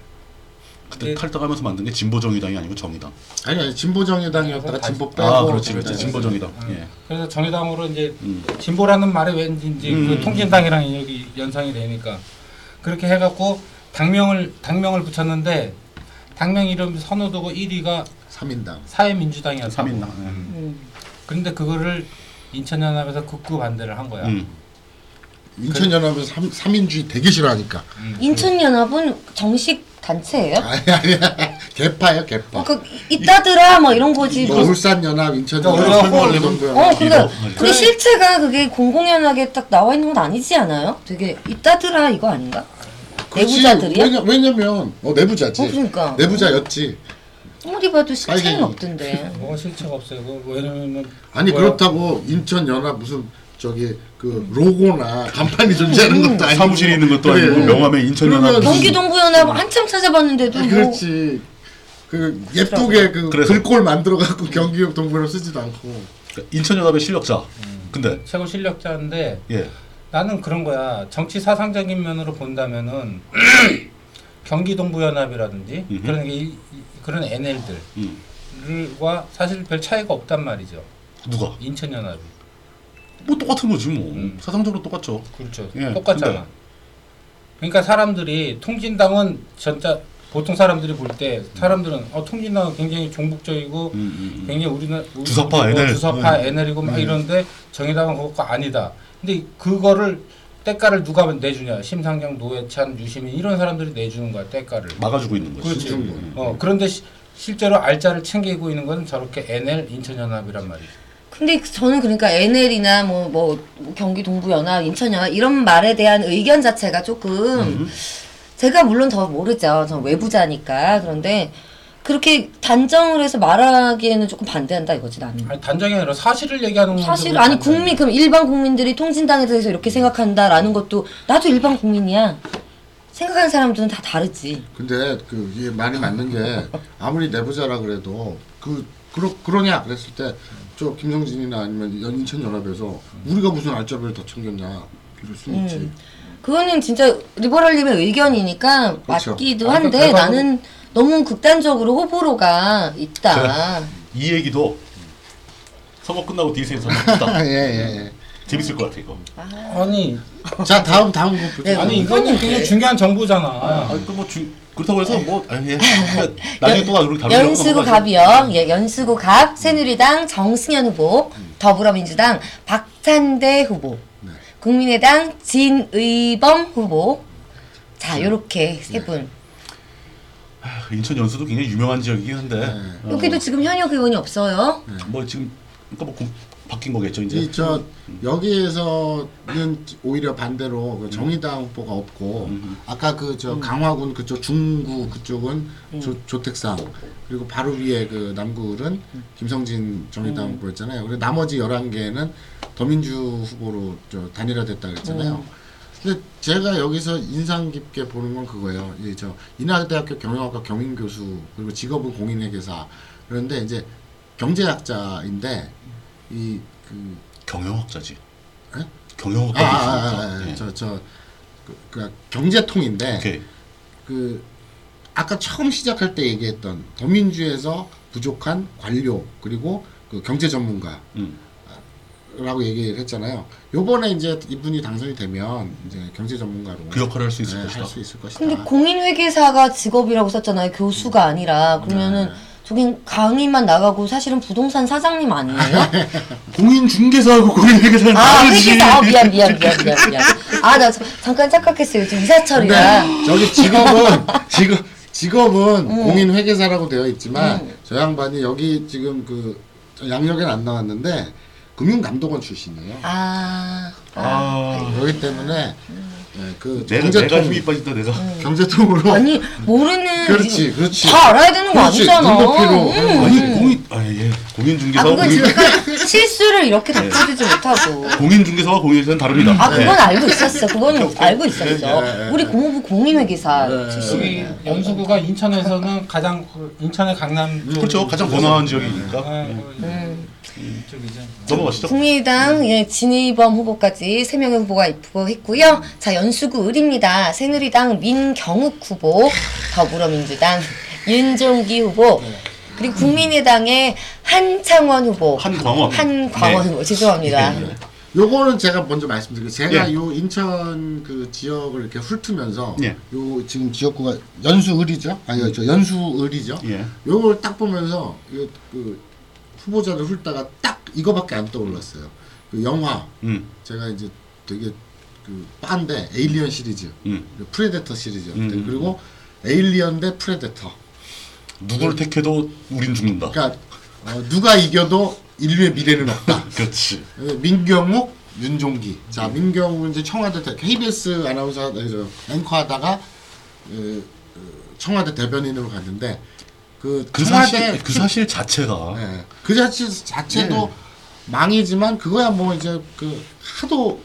Speaker 3: 그때
Speaker 4: 네.
Speaker 3: 탈당하면서 만든 게 진보정의당이 아니고 정의당.
Speaker 2: 아니 아니 진보정의당이었다가 진보 빼고 그러니까
Speaker 3: 아 그렇지 그렇지 진보정의당. 예.
Speaker 4: 그래서 정의당으로 이제
Speaker 3: 음.
Speaker 4: 진보라는 말에 왠지 이제
Speaker 3: 음.
Speaker 4: 그 통진당이랑 여기 연상이 되니까 그렇게 해갖고 당명을 당명을 붙였는데 당명 이름 선호도고 1위가
Speaker 2: 3인당.
Speaker 4: 사회민주당이었어.
Speaker 3: 삼인당 예.
Speaker 1: 음.
Speaker 4: 근데 그거를 인천연합에서 극구 반대를 한 거야.
Speaker 3: 음. 그러니까
Speaker 2: 인천연합은 3, 삼인주의 되게 싫어하니까.
Speaker 1: 인천연합은 정식 단체예요?
Speaker 2: 아니 아니 *laughs* 개파예요 개파.
Speaker 1: 어, 그 있다더라 뭐 이런 거지.
Speaker 2: 뭐 울산연합
Speaker 3: 어,
Speaker 2: 인천연합
Speaker 4: 그러니까
Speaker 2: 설마
Speaker 4: 우리가
Speaker 2: 이런 거야.
Speaker 1: 어, 그러니까
Speaker 3: 이거.
Speaker 1: 근데 실체가 그게 공공연하게 딱 나와 있는 건 아니지 않아요? 되게 있다더라 이거 아닌가?
Speaker 2: 그렇지.
Speaker 1: 내부자들이야?
Speaker 2: 왜냐, 왜냐면 어 내부자지.
Speaker 1: 어, 그러니까.
Speaker 2: 내부자였지.
Speaker 1: 아무리 봐도 실체는
Speaker 2: 빨갱이.
Speaker 1: 없던데.
Speaker 4: 뭐가 실체가 없어요. 그거 왜냐면은
Speaker 2: 아니
Speaker 4: 뭐야?
Speaker 2: 그렇다고 인천연합 무슨 저기 그 로고나 간판이
Speaker 1: 음,
Speaker 2: 존재하는 것도 아니고
Speaker 3: 사무실이 있는 것도
Speaker 2: 그래.
Speaker 3: 아니고 명함에 인천연합.
Speaker 2: 그러면
Speaker 3: 무슨-
Speaker 1: 경기 동부연합 한참 찾아봤는데도
Speaker 2: 아니,
Speaker 1: 뭐
Speaker 2: 그렇지. 그 예쁘게 그
Speaker 1: 그렇죠.
Speaker 3: 그래서.
Speaker 2: 글꼴 만들어 갖고
Speaker 1: 음.
Speaker 2: 경기역 동부로 쓰지도 않고.
Speaker 3: 그러니까 인천연합의 실력자. 근데
Speaker 4: 최고 실력자인데
Speaker 3: 예.
Speaker 4: 나는 그런 거야. 정치 사상적인 면으로 본다면은 *clears throat* 경기동부연합이라든지
Speaker 3: 음흠.
Speaker 4: 그런 게 이- 이- 그런 NL들과
Speaker 3: 음.
Speaker 4: 사실 별 차이가 없단 말이죠.
Speaker 3: 누가?
Speaker 4: 인천연합이
Speaker 3: 뭐 똑같은 거지 뭐.
Speaker 4: 음.
Speaker 3: 사상적으로 똑같죠.
Speaker 4: 그렇죠.
Speaker 3: 예,
Speaker 4: 똑같잖아. 그러니까 사람들이 통진당은 진짜 보통 사람들이 볼 때 사람들은 어, 통진당은 굉장히 종북적이고
Speaker 3: 음, 음, 음.
Speaker 4: 굉장히 우리나 우리
Speaker 3: 주사파 예.
Speaker 4: 뭐
Speaker 3: NL.
Speaker 4: 주사파 NL이고 막 이런데 정의당은 그거가 아니다. 근데 그거를 대가를 누가 내주냐? 심상정, 노회찬, 유시민 이런 사람들이 내주는 거야 대가를.
Speaker 3: 막아주고 있는 거지.
Speaker 4: 그렇지.
Speaker 3: 음.
Speaker 4: 어 그런데 시- 실제로 알짜를 챙기고 있는 건 저렇게 NL 인천연합이란 말이지.
Speaker 1: 근데 저는 그러니까 NL이나 뭐 뭐 경기 동부연합, 인천연합 이런 말에 대한 의견
Speaker 4: 음.
Speaker 1: 자체가 조금 제가 물론 더 모르죠. 전 외부자니까. 그런데 그렇게 단정을 해서 말하기에는 조금 반대한다 이거지 나는.
Speaker 4: 아니 단정이 아니라 사실을 얘기하는 건데
Speaker 1: 사실
Speaker 4: 왜
Speaker 1: 아니
Speaker 4: 단정이야?
Speaker 1: 국민 그럼 일반 국민들이 통진당에 대해서 이렇게 생각한다라는 것도 나도 일반 국민이야. 생각하는 사람들은 다 다르지.
Speaker 2: 근데 그 이게 말이 맞는 게 아무리 내부자라 그래도 그 그러, 그러냐 그랬을 때 저 김성진이나 아니면 연- 인천연합에서 우리가 무슨 알짜배를 더 챙겼냐 이럴 수는
Speaker 1: 음.
Speaker 2: 있지.
Speaker 1: 그거는 진짜 리버럴님의 의견이니까
Speaker 2: 그렇죠.
Speaker 1: 맞기도
Speaker 4: 아니,
Speaker 1: 한데
Speaker 4: 그러니까
Speaker 1: 나는 너무 극단적으로 호불호가 있다.
Speaker 3: 이 얘기도 선거 끝나고
Speaker 2: *laughs*
Speaker 3: 디스에서 합시다.
Speaker 2: 예예 예.
Speaker 3: 재밌을 것 같아 이거.
Speaker 4: 아니
Speaker 2: 예. 자 다음 다음 거 보죠.
Speaker 1: 네,
Speaker 4: 아니
Speaker 1: 이거는
Speaker 4: 이거는 되게 중요한 정보잖아.
Speaker 3: 아, 그뭐 그렇다고 해서 뭐 아니, 예. 나중에 또 나중에 다루려고
Speaker 1: 연수구
Speaker 3: 넘어가죠.
Speaker 1: 갑이요. 예, 연수구 갑 새누리당 정승현 후보, 더불어민주당 박찬대 후보, 국민의당 진의범 후보. 자, 요렇게 세 분.
Speaker 3: 아, 인천 연수도 굉장히 유명한 지역이긴 한데 어,
Speaker 1: 여기도 지금 현역 의원이 없어요.
Speaker 3: 뭐 지금 그러니까 뭐 공- 바뀐 거겠죠 이제.
Speaker 2: 이 저 여기에서는 오히려 반대로
Speaker 3: 음.
Speaker 2: 그 정의당 후보가 없고 아까 그 저 강화군 그쪽 중구 그쪽은
Speaker 3: 음.
Speaker 2: 조, 조택상 그리고 바로 위에 그 남구는
Speaker 3: 음.
Speaker 2: 김성진 정의당 후보였잖아요. 그리고 나머지 11개는 더민주 후보로 저 단일화됐다 그랬잖아요.
Speaker 3: 음.
Speaker 2: 근데 제가 여기서 인상 깊게 보는 건 그거예요. 이제 저 인하대학교 경영학과 경인 교수 그리고 직업은 공인회계사 그런데 이제 경제학자인데 이그
Speaker 3: 경영학자지.
Speaker 2: 예?
Speaker 3: 경영학과.
Speaker 2: 아, 아, 아,
Speaker 3: 교수니까.
Speaker 2: 아,
Speaker 3: 예.
Speaker 2: 저, 저, 그, 그 경제통인데,
Speaker 3: 오케이.
Speaker 2: 그, 아까 처음 시작할 때 얘기했던 더민주에서 부족한 관료, 그리고 그 경제 전문가,
Speaker 3: 음.
Speaker 2: 라고 얘기를 했잖아요. 요번에 이제 이분이 당선이 되면 이제 경제 전문가로
Speaker 3: 그 역할을 할수 있을
Speaker 2: 네,
Speaker 3: 것이다.
Speaker 2: 할수 있을 것이다.
Speaker 1: 근데 공인회계사가 직업이라고 썼잖아요. 교수가 아니라. 그러면은 저긴 강의만 나가고 사실은 부동산 사장님 아니에요?
Speaker 3: 공인 중개사하고 공인
Speaker 1: *laughs*
Speaker 3: 회계사는
Speaker 1: 아,
Speaker 3: 다르지.
Speaker 1: 회계사. 아, 미안, 미안, 미안, 미안, 미안. 아, 나 자- 잠깐 착각했어요. 지금
Speaker 2: 근데
Speaker 1: 이사철이야.
Speaker 2: 저기
Speaker 1: *laughs*
Speaker 2: 직업은 직업
Speaker 1: 음.
Speaker 2: 직업은 공인 회계사라고 되어 있지만 저 양반이 여기 지금 그 양력엔 안 나왔는데 금융감독원 출신이에요.
Speaker 1: 아.
Speaker 3: 아,
Speaker 2: 그렇기 때문에
Speaker 1: 음.
Speaker 2: 예, 그
Speaker 3: 내가 내가
Speaker 2: 경제통
Speaker 3: 힘이 빠진다 내가.
Speaker 2: 음. 경제통으로
Speaker 1: 아니, 모르는.
Speaker 2: 그렇지,
Speaker 1: 이거
Speaker 2: 그렇지.
Speaker 1: 다 알아야 되는 거
Speaker 2: 그렇지,
Speaker 1: 아니잖아.
Speaker 2: 눈높이로.
Speaker 1: 음.
Speaker 3: 아니 공인 아 예. 공인
Speaker 1: 아,
Speaker 3: 중개사하고
Speaker 1: 그건
Speaker 3: 공인,
Speaker 1: 지금까지 *laughs* 실수를 이렇게
Speaker 2: 네.
Speaker 1: 덮어주지 못하고.
Speaker 3: 공인 중개사와 공인 회계사는 다릅니다.
Speaker 1: 아,
Speaker 3: 예.
Speaker 1: 그건 알고 있었어. 그건 알고 있었어.
Speaker 2: 네, 네.
Speaker 1: 우리 공무부 공인회계사
Speaker 5: 여기
Speaker 1: 출신이에요.
Speaker 5: 연수구가 인천에서는 가장 그 인천의 강남 쪽
Speaker 3: 그렇죠. 가장 번화한 지역이니까.
Speaker 5: 아,
Speaker 3: 예.
Speaker 5: 그
Speaker 1: 음.
Speaker 4: 네.
Speaker 5: 이쪽이죠.
Speaker 3: 넘어가시죠.
Speaker 1: 국민의당 예, 진의범 후보까지 3명의 후보가 입후보했고요. 자, 연수구 을입니다. 새누리당 민경욱 후보, 더불어민주당 윤종기 후보, 그리고 국민의당의 한창원 후보,
Speaker 3: 한광원.
Speaker 1: 한광원
Speaker 3: 네.
Speaker 1: 후보, 죄송합니다.
Speaker 2: 요거는 제가 먼저 말씀드릴게요. 제가
Speaker 3: 예.
Speaker 2: 요 인천 그 지역을 이렇게 훑으면서
Speaker 3: 예.
Speaker 2: 요 지금 지역구가 연수을이죠? 아니요, 저 연수을이죠.
Speaker 3: 예.
Speaker 2: 요걸 딱 보면서 요, 그 후보자를 훑다가 딱 이거밖에 안 떠올랐어요. 그 영화
Speaker 3: 음.
Speaker 2: 제가 이제 되게 그 빠인데 에일리언 시리즈, 그
Speaker 3: 음.
Speaker 2: 프레데터 시리즈
Speaker 3: 음, 음,
Speaker 2: 그리고 에일리언 대 프레데터.
Speaker 3: 누구를 택해도 우린 죽는다.
Speaker 2: 그러니까 어, 누가 이겨도 인류의 미래는 없다.
Speaker 3: 그렇지.
Speaker 2: 민경욱, 윤종기. 자, 민경욱은 이제 청와대 대, KBS 아나운서 아니, 저, 앵커하다가 에, 어, 청와대 대변인으로 갔는데 그,
Speaker 3: 그
Speaker 2: 청와대
Speaker 3: 사실 그 사실 자체가 어,
Speaker 2: 예. 그 자체 자체도
Speaker 3: 네.
Speaker 2: 망이지만 그거야 뭐 이제 그 하도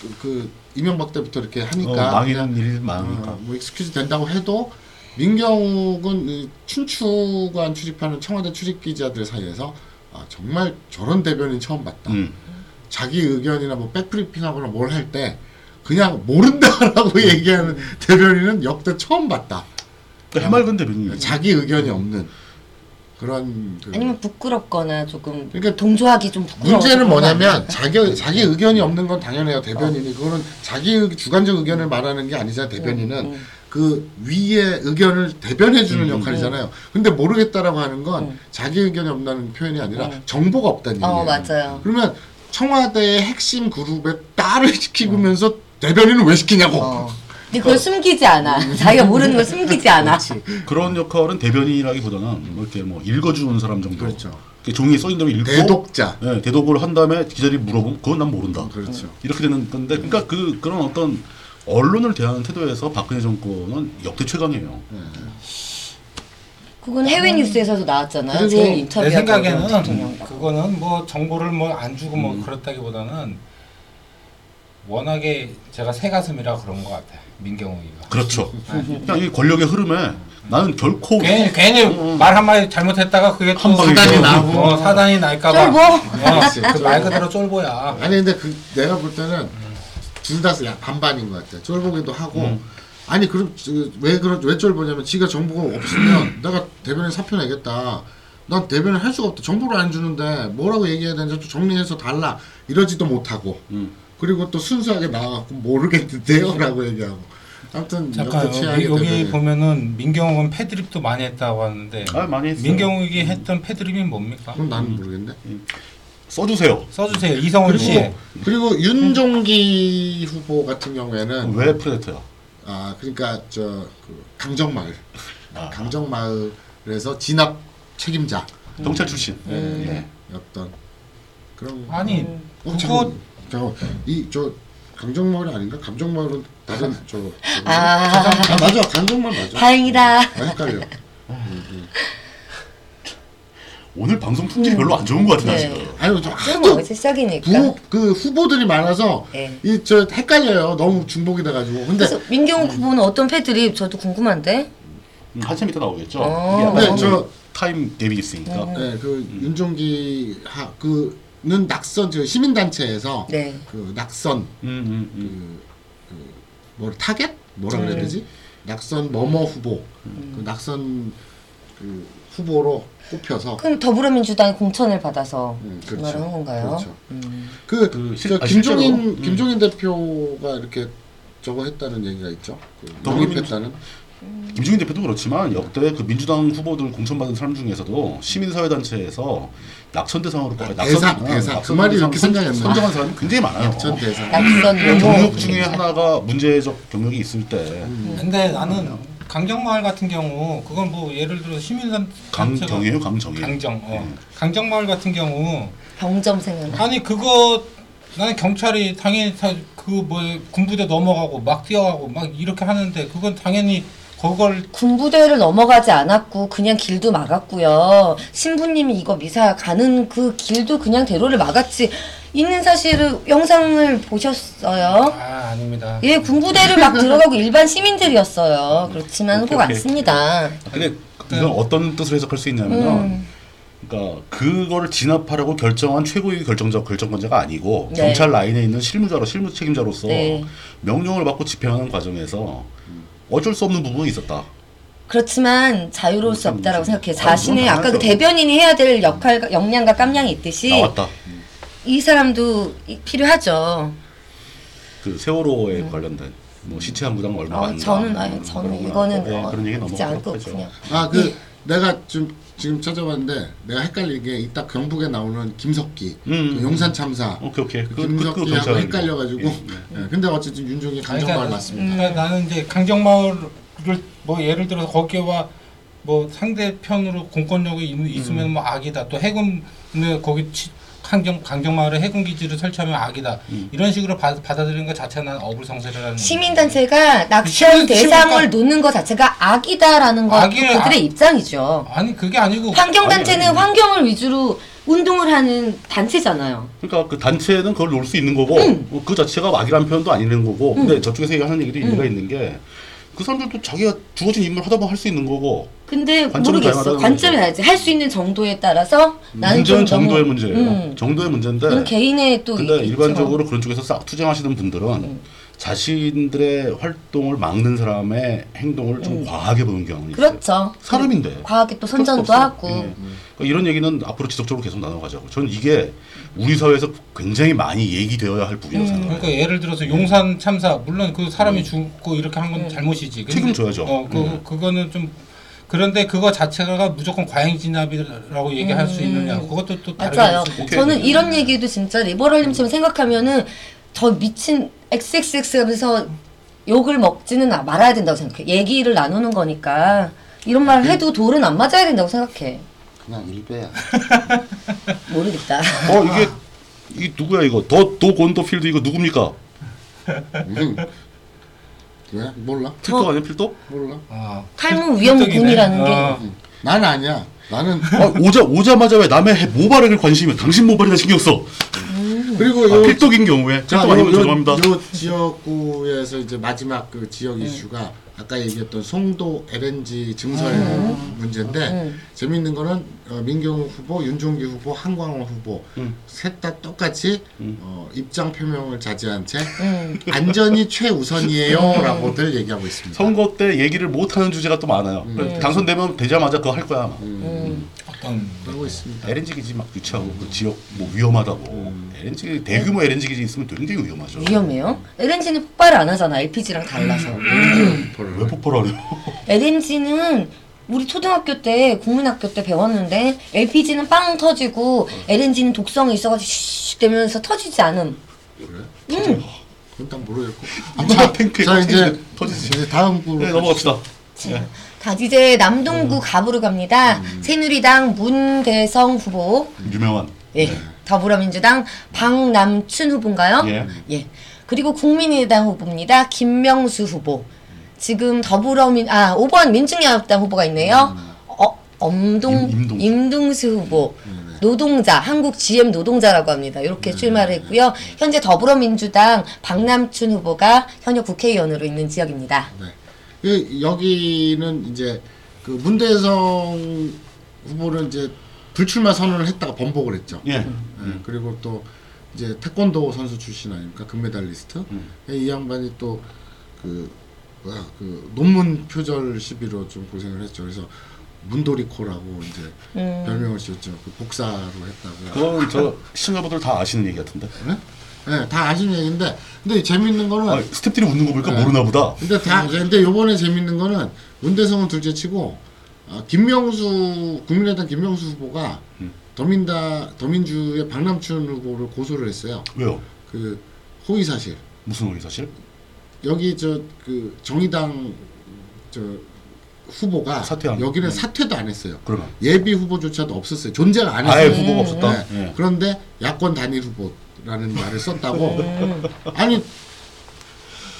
Speaker 2: 그, 그 이명박 때부터 이렇게 하니까
Speaker 3: 어, 망이란 일이
Speaker 2: 어,
Speaker 3: 많으니까.
Speaker 2: 뭐 익스큐즈 된다고 해도 민경욱은 이 춘추관 출입하는 청와대 출입 기자들 사이에서 아, 정말 저런 대변인 처음 봤다.
Speaker 3: 음.
Speaker 2: 자기 의견이나 뭐 백브리핑하거나 뭘 할 때 그냥 모른다라고 *laughs* 얘기하는 대변인은 역대 처음 봤다.
Speaker 3: 그러니까 해맑은 대변인.
Speaker 2: 자기 의견이 없는 그런 그
Speaker 1: 아니면 부끄럽거나 조금
Speaker 2: 그러니까
Speaker 1: 동조하기 좀 부끄러워.
Speaker 2: 문제는 뭐냐면
Speaker 1: 네.
Speaker 2: 자기 자기 의견이 없는 건 당연해요
Speaker 1: 어.
Speaker 2: 대변인이 그거는 자기 의- 주관적 의견을 말하는 게 아니잖아 대변인은
Speaker 1: 음.
Speaker 2: 그 위의 의견을 대변해 주는 역할이잖아요. 근데 모르겠다라고 하는 건 자기 의견이 없다는 표현이 아니라 정보가 없다는 얘기예요.
Speaker 1: 네. 어, 맞아요.
Speaker 2: 그러면 청와대의 핵심 그룹에 딸을 시키면서 대변인을 왜 시키냐고.
Speaker 1: 네. 어. 근데 그걸 숨기지
Speaker 2: 음,
Speaker 1: 않아. 자기가 모르는 걸 숨기지 않아.
Speaker 3: 그런 역할은 대변인이라기보다는 뭐 이렇게 뭐 읽어주는 사람 정도.
Speaker 2: 그렇죠.
Speaker 3: 이렇게 종이에 써있는 걸 읽고
Speaker 2: 대독자.
Speaker 3: 예, 대독을 한 다음에 기자들이 물어보면 그건 난 모른다.
Speaker 2: 그렇죠.
Speaker 3: 이렇게 되는 건데 그러니까 그 그런 어떤
Speaker 2: 네.
Speaker 3: 언론을 대하는 태도에서 박근혜 정권은 역대 최강이에요.
Speaker 1: 그건 해외 뉴스에서도 나왔잖아요.
Speaker 2: 음. 그리고 음.
Speaker 1: 제일
Speaker 4: 내
Speaker 1: 네, 인터뷰
Speaker 4: 생각에는 그거는 뭐 정보를 뭐 안 주고 뭐 그렇다기보다는 워낙에 제가 새 가슴이라 그런 것 같아 민경욱이가.
Speaker 2: *laughs*
Speaker 3: 그렇죠.
Speaker 2: 아, 예.
Speaker 3: 그냥 이 권력의 흐름에 나는 결코
Speaker 2: 네.
Speaker 4: 괜히, 괜히 말 한마디 잘못했다가 그게 또
Speaker 3: 한 방에
Speaker 4: 사단이
Speaker 3: 그냥.
Speaker 4: 나고 어, 사단이 날까봐.
Speaker 1: 쫄보.
Speaker 4: 어, 그말 그대로 쫄보야.
Speaker 2: 아니 근데 그 내가 볼 때는 둘 다 반반인 것 같아. 쫄보기도 하고
Speaker 4: 음.
Speaker 2: 아니 그럼 저- 왜 그런 왜 쫄보냐면 지가 정보가
Speaker 4: *clears throat*
Speaker 2: 없으면 내가 대변인 사표 내겠다. 난 대변을 할 수가 없다. 정보를 안 주는데 뭐라고 얘기해야 되는지 또 정리해서 달라 이러지도 못하고
Speaker 3: 음.
Speaker 2: 그리고 또 순수하게 나와갖고 모르겠는데요라고 *laughs* 얘기하고 아무튼
Speaker 4: 잠깐
Speaker 2: 역대
Speaker 4: 여기,
Speaker 2: 최악의
Speaker 4: 여기
Speaker 2: 대변인.
Speaker 4: 보면은 민경욱은 패드립도 많이 했다고 하는데
Speaker 3: 아, 많이 했어요.
Speaker 4: 민경욱이 했던 패드립이 뭡니까?
Speaker 2: 그건 나는 모르겠네.
Speaker 3: 써주세요.
Speaker 4: 써주세요 이성훈 씨.
Speaker 2: 그리고 뭐, 그리고 윤종기 후보 같은
Speaker 4: 어,
Speaker 2: 경우에는
Speaker 3: 왜 프레데터야?
Speaker 2: 아 그러니까 저그 강정마을
Speaker 3: 아.
Speaker 2: 강정마을에서 진압 책임자
Speaker 3: 경찰 출신.
Speaker 2: 예,
Speaker 3: 예.
Speaker 2: 어떤 그런
Speaker 4: 아니
Speaker 2: 어,
Speaker 4: 그거
Speaker 2: 잠깐 잠깐 이저 강정마을이 아닌가 강정마을은 다른 저, 저
Speaker 1: 아.
Speaker 2: 아 맞아 강정마을 맞아
Speaker 1: 다행이다.
Speaker 2: 아, 헷갈려
Speaker 3: 오늘 방송 품질이 별로 안 좋은 것 같아 나
Speaker 1: 네.
Speaker 3: 지금.
Speaker 2: 아니 저
Speaker 1: 쫄
Speaker 2: 하도
Speaker 1: 뭐 새싹이니까.
Speaker 2: 부, 그 후보들이 많아서
Speaker 1: 네.
Speaker 2: 이 저 헷갈려요 너무 중복이 돼가지고 근데
Speaker 1: 그래서
Speaker 2: 음.
Speaker 1: 민경욱 후보는 어떤 패드립 저도 궁금한데.
Speaker 3: 음, 한참 있다 나오겠죠.
Speaker 1: 어.
Speaker 3: 이게
Speaker 2: 네,
Speaker 3: 아마
Speaker 2: 저-
Speaker 3: 타임 갭이 있으니까.
Speaker 1: 음.
Speaker 2: 네, 그 윤종기 하 그는 낙선 저 시민단체에서
Speaker 1: 네.
Speaker 2: 그 낙선
Speaker 3: 음, 음, 음.
Speaker 2: 뭐 타겟 뭐라 그래야
Speaker 4: 네.
Speaker 2: 되지 낙선 뭐뭐 후보
Speaker 4: 음.
Speaker 2: 그 낙선 그 후보로 꼽혀서
Speaker 1: 그럼 더불어민주당이 공천을 받아서
Speaker 2: 음,
Speaker 1: 그
Speaker 2: 그렇죠.
Speaker 1: 말을 한 건가요?
Speaker 2: 그렇죠.
Speaker 1: 음.
Speaker 2: 그,
Speaker 3: 그 실-
Speaker 2: 저
Speaker 3: 아,
Speaker 2: 김종인
Speaker 3: 실제로? 음.
Speaker 2: 김종인 대표가 이렇게 저거 했다는 얘기가 있죠 그
Speaker 3: 더불어민주-
Speaker 2: 독립했다는
Speaker 3: 김종인 대표도 그렇지만 역대 그 민주당 후보들 공천받은 사람 중에서도 시민사회단체에서 낙선 대상으로 꼽아- 낙선
Speaker 2: 대상,
Speaker 3: 어,
Speaker 2: 대상.
Speaker 3: 낙선
Speaker 2: 그 말이
Speaker 3: 대상
Speaker 2: 이렇게
Speaker 3: 선-
Speaker 2: 생각이 안 나요.
Speaker 3: 선정한 사람이 굉장히 많아요.
Speaker 2: 전 대상 *laughs*
Speaker 1: 낙선
Speaker 3: 그
Speaker 1: 뭐
Speaker 3: 경력 중에 하나가 문제적 경력이 있을 때
Speaker 2: 음.
Speaker 4: 근데 나는 강정마을 같은 경우 그건 뭐 예를 들어 시민단
Speaker 3: 강정이에요, 강정이.
Speaker 4: 강정
Speaker 2: 음.
Speaker 4: 어 강정마을 같은 경우
Speaker 1: 병점 생각.
Speaker 4: 아니 그거 나는 경찰이 당연히 다그뭐 군부대 넘어가고 막 뛰어가고 막 이렇게 하는데 그건 당연히 그걸
Speaker 1: 군부대를 넘어가지 않았고 그냥 길도 막았고요. 신부님이 이거 미사 가는 그 길도 그냥 대로를 막았지. 있는 사실을 영상을 보셨어요?
Speaker 4: 아 아닙니다.
Speaker 1: 예, 군부대를 막 들어가고 일반 시민들이었어요. 그렇지만
Speaker 3: 오케이,
Speaker 1: 꼭 안
Speaker 3: 오케이.
Speaker 1: 씁니다.
Speaker 3: 근데 이건 어떤 뜻으로 해석할 수 있냐면은
Speaker 1: 음,
Speaker 3: 그러니까 그거를 진압하려고 결정한 최고위 결정자 결정권자가 아니고
Speaker 1: 네.
Speaker 3: 경찰 라인에 있는 실무자로 실무 책임자로서
Speaker 1: 네.
Speaker 3: 명령을 받고 집행하는 과정에서 어쩔 수 없는 부분이 있었다.
Speaker 1: 그렇지만 자유로울 수 없다라고 생각해요.
Speaker 3: 아,
Speaker 1: 자신의
Speaker 3: 그건
Speaker 1: 아까 그
Speaker 3: 당연하죠.
Speaker 1: 대변인이 해야 될 역할, 역량과 깜량이 있듯이
Speaker 3: 나왔다.
Speaker 1: 이 사람도 이- 필요하죠.
Speaker 3: 그 세월호에 관련된 뭐 시체 한 구당 얼마
Speaker 1: 아,
Speaker 3: 받는다.
Speaker 1: 저는
Speaker 3: 뭐
Speaker 1: 아니, 저는
Speaker 3: 그런 거
Speaker 1: 이거는
Speaker 3: 나왔고, 네,
Speaker 1: 어,
Speaker 3: 그런 얘기
Speaker 1: 듣지
Speaker 3: 넘어가도록
Speaker 1: 않고
Speaker 3: 하죠.
Speaker 1: 그냥
Speaker 2: 아 그
Speaker 1: 예.
Speaker 2: 내가 좀 지금 찾아봤는데 내가 헷갈린 게 이따 경북에 나오는 김석기
Speaker 3: 음,
Speaker 2: 그
Speaker 3: 음.
Speaker 2: 용산 참사
Speaker 3: 오케이 오케이. 그, 그, 그
Speaker 2: 김석기하고
Speaker 3: 경찰
Speaker 2: 헷갈려가지고
Speaker 3: 예, 예.
Speaker 2: 예, 근데 어쨌든 윤종이 강정마을 맞습니다.
Speaker 4: 그러니까
Speaker 1: 네.
Speaker 4: 나는 이제 강정마을을 뭐 예를 들어서 거기와 뭐 상대편으로 공권력이 있, 있으면 뭐 악이다. 또 해군을 네, 거기 치, 강정 강정마을에 해군 기지를 설치하면 악이다. 이런 식으로 받, 받아들이는 것 자체는 어불성설이라는
Speaker 1: 시민단체가
Speaker 4: 시민-
Speaker 1: 낙선 대상을
Speaker 4: 시민단-
Speaker 1: 놓는 것 자체가 악이다라는 건
Speaker 4: 악이-
Speaker 1: 그들의 입장이죠.
Speaker 4: 거죠. 아니 그게 아니고
Speaker 1: 환경단체는
Speaker 3: 아니, 아니.
Speaker 1: 환경을 위주로 운동을 하는 단체잖아요.
Speaker 3: 그러니까 그 단체는 그걸 놓을 수 있는 거고
Speaker 1: 음.
Speaker 3: 어, 그 자체가 막이란 표현도 아니는 거고 근데 저쪽에서 얘기하는 얘기도 일리가 있는 게 그 사람들도 자기가 주어진 임무를 하다 보면 할 수 있는 거고
Speaker 1: 근데
Speaker 3: 관점이
Speaker 1: 모르겠어.
Speaker 3: 다양하다는
Speaker 1: 관점이
Speaker 3: 거죠.
Speaker 1: 다르지. 할 수 있는 정도에 따라서 나는
Speaker 3: 음. 문제는
Speaker 1: 좀
Speaker 3: 정도의
Speaker 1: 너무-
Speaker 3: 문제예요.
Speaker 1: 음,
Speaker 3: 정도의
Speaker 1: 그건
Speaker 3: 문제인데
Speaker 1: 개인의 또
Speaker 3: 근데
Speaker 1: 있겠죠. 음.
Speaker 3: 일반적으로 그런 쪽에서 싹 투쟁하시는 분들은 자신들의 활동을 막는 사람의 행동을 좀 과하게 보는 경우는 있어요.
Speaker 1: 음. 그렇죠.
Speaker 3: 사람인데.
Speaker 1: 과하게 또 선전도
Speaker 3: 어쩔 수
Speaker 1: 하고
Speaker 3: 없어. 예. 그러니까 이런 얘기는 앞으로 지속적으로 계속 나눠가자고. 저는 이게 우리 사회에서 굉장히 많이 얘기되어야 할
Speaker 1: 음.
Speaker 3: 부분이라고 생각해요.
Speaker 4: 그러니까 예를 들어서 용산 참사 물론 그 사람이 죽고 이렇게 한
Speaker 1: 네.
Speaker 4: 건 잘못이지. 근데
Speaker 3: 책임져야죠.
Speaker 4: 어, 그
Speaker 3: 네.
Speaker 4: 그거는 좀 그런데 그거 자체가 무조건 과잉 진압이라고 얘기할 수 있느냐? 그것도 또 다른
Speaker 1: 음. 맞아요.
Speaker 3: 오케이.
Speaker 1: 저는 이런 얘기도 진짜
Speaker 4: 음.
Speaker 1: 리버럴님처럼 생각하면은 더 미친 XXX 하면서 욕을 먹지는 말아야 된다고 생각해. 얘기를 나누는 거니까 이런
Speaker 4: 음.
Speaker 1: 말 해도 돌은 안 맞아야 된다고 생각해.
Speaker 2: 그냥 일배야.
Speaker 1: 모르겠다.
Speaker 4: *laughs*
Speaker 3: 어 이게 이 누구야 이거 더도 곤도필드 이거 누굽니까?
Speaker 2: 무슨 음. 왜 몰라
Speaker 3: 필도 아니야 필도?
Speaker 2: 몰라.
Speaker 4: 아,
Speaker 1: 탈모 위험
Speaker 4: 설득이네.
Speaker 1: 군이라는 게
Speaker 4: 아,
Speaker 2: 난 아니야. 나는
Speaker 3: *laughs* 아, 오자 오자마자 왜 남의 해- 모발에는 관심이 당신 모발이나 신경 써.
Speaker 2: 그리고
Speaker 3: 아,
Speaker 2: 요
Speaker 3: 필독인 경우에
Speaker 2: 자,
Speaker 3: 필독
Speaker 2: 요,
Speaker 3: 아니면
Speaker 2: 요,
Speaker 3: 죄송합니다.
Speaker 2: 요 지역구에서 이제 마지막 그 지역 이슈가 아까 얘기했던 송도 LNG 증설 문제인데 재미있는 거는 어, 민경욱 후보, 윤종기 후보, 한광호 후보
Speaker 3: 음.
Speaker 2: 셋 다 똑같이 어, 입장 표명을 자제한 채 안전이 최우선이에요라고들 얘기하고 있습니다.
Speaker 3: 선거 때 얘기를 못 하는 주제가 또 많아요.
Speaker 1: 음. 네.
Speaker 3: 당선되면 되자마자 그거 할 거야. 막.
Speaker 4: 어떤
Speaker 2: 그러고 있습니다.
Speaker 3: LNG 기지 막 유치하고 그 지역 뭐 위험하다고.
Speaker 1: 음.
Speaker 3: LNG 대규모 LNG 기지 있으면 굉장히 위험하죠.
Speaker 1: 위험해요. LNG는 폭발을 안 하잖아. LPG랑 달라서.
Speaker 4: 음.
Speaker 1: *laughs*
Speaker 3: 왜 폭발하려?
Speaker 1: LNG는 우리 초등학교 때 국민학교 때 배웠는데 LPG는 빵
Speaker 4: 어.
Speaker 1: 터지고 LNG는 독성이 있어가지고 슉 되면서 터지지 않음.
Speaker 2: 그건 딱 모르겠고.
Speaker 3: 이번에 팬케이크
Speaker 2: 자 이제
Speaker 3: 터지지.
Speaker 2: 이제 다음 구로
Speaker 3: 네, 넘어갑시다. 네.
Speaker 1: 자 이제
Speaker 3: 음.
Speaker 1: 남동구 갑으로 갑니다. 새누리당 문대성 후보,
Speaker 3: 유명한.
Speaker 1: 예, 더불어민주당 박남춘 후보인가요?
Speaker 3: 예.
Speaker 1: 예. 그리고 국민의당 후보입니다. 김명수 후보. 지금 더불어민 아 5번 민중연합당 후보가 있네요. 어 엄동
Speaker 3: 음. 임- 임동수. 음.
Speaker 1: 임동수 후보. 노동자 한국 GM 노동자라고 합니다. 이렇게
Speaker 3: 네.
Speaker 1: 출마를 했고요. 현재 더불어민주당 박남춘 후보가 현역 국회의원으로 있는 지역입니다.
Speaker 2: 네. 그 여기는 이제 그 문대성 후보는 이제 불출마 선언을 했다가 번복을 했죠.
Speaker 3: 예.
Speaker 1: 음.
Speaker 2: 예, 그리고 또 이제 태권도 선수 출신 아닙니까 금메달리스트.
Speaker 3: 음.
Speaker 2: 예, 이 양반이 또그 뭐야 그 논문 표절 시비로 좀 고생을 했죠. 그래서 문도리코라고 이제 별명을 지었죠. 그 복사로 했다고.
Speaker 3: 그건 저 시청자분들 다 아시는 얘기 같은데.
Speaker 1: 음.
Speaker 2: 네? 예, 다 아시는 얘기인데 근데 재밌는 거는
Speaker 3: 아, 스탭들이 웃는 거 보니까
Speaker 2: 네.
Speaker 3: 모르나 보다.
Speaker 2: 근데 다 근데 요번에 재밌는 거는 문대성은 둘째치고 아, 김명수 국민의당 김명수 후보가
Speaker 3: 음.
Speaker 2: 더민다 더민주의 박남춘 후보를 고소를 했어요.
Speaker 3: 왜요?
Speaker 2: 그 호의 사실
Speaker 3: 무슨 의의 사실?
Speaker 2: 여기 저 그 정의당 저 후보가
Speaker 3: 사퇴한- 음.
Speaker 2: 여기는 사퇴도 안 했어요.
Speaker 1: 음.
Speaker 3: 그러면
Speaker 2: 예비 후보조차도 없었어요. 존재가 안
Speaker 3: 아예
Speaker 2: 했어요.
Speaker 3: 후보가 없었다.
Speaker 2: 네.
Speaker 3: 예.
Speaker 2: 그런데 야권 단일 후보라는 말을 썼다고. 아니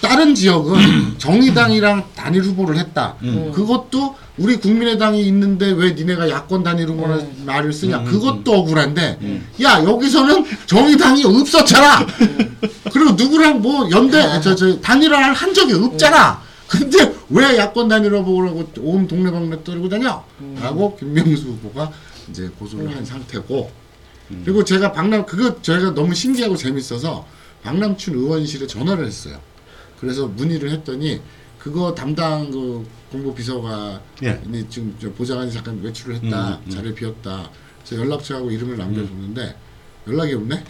Speaker 2: 다른 지역은 정의당이랑 단일 후보를 했다. 그것도 우리 국민의당이 있는데 왜 니네가 야권 단일 후보라는 말을 쓰냐. 그것도 억울한데 야 여기서는 정의당이 없었잖아. 그리고 누구랑 뭐 연대 저, 저 단일화를 한 적이 없잖아. 근데 왜 야권 단일 후보라고 온 동네방네 떨고 다녀? 라고 김명수 후보가 이제 고소를 한 상태고
Speaker 4: 음.
Speaker 2: 그리고 제가 박남 그거 저희가 너무 신기하고 재밌어서 박남춘 의원실에 전화를 했어요. 그래서 문의를 했더니 그거 담당 그 공보 비서관이
Speaker 3: 예.
Speaker 2: 지금 저 보좌관이 잠깐 외출을 했다
Speaker 4: 음,
Speaker 2: 자리 비었다. 그래서 연락처하고 이름을 남겨줬는데
Speaker 4: 음.
Speaker 2: 연락이 없네.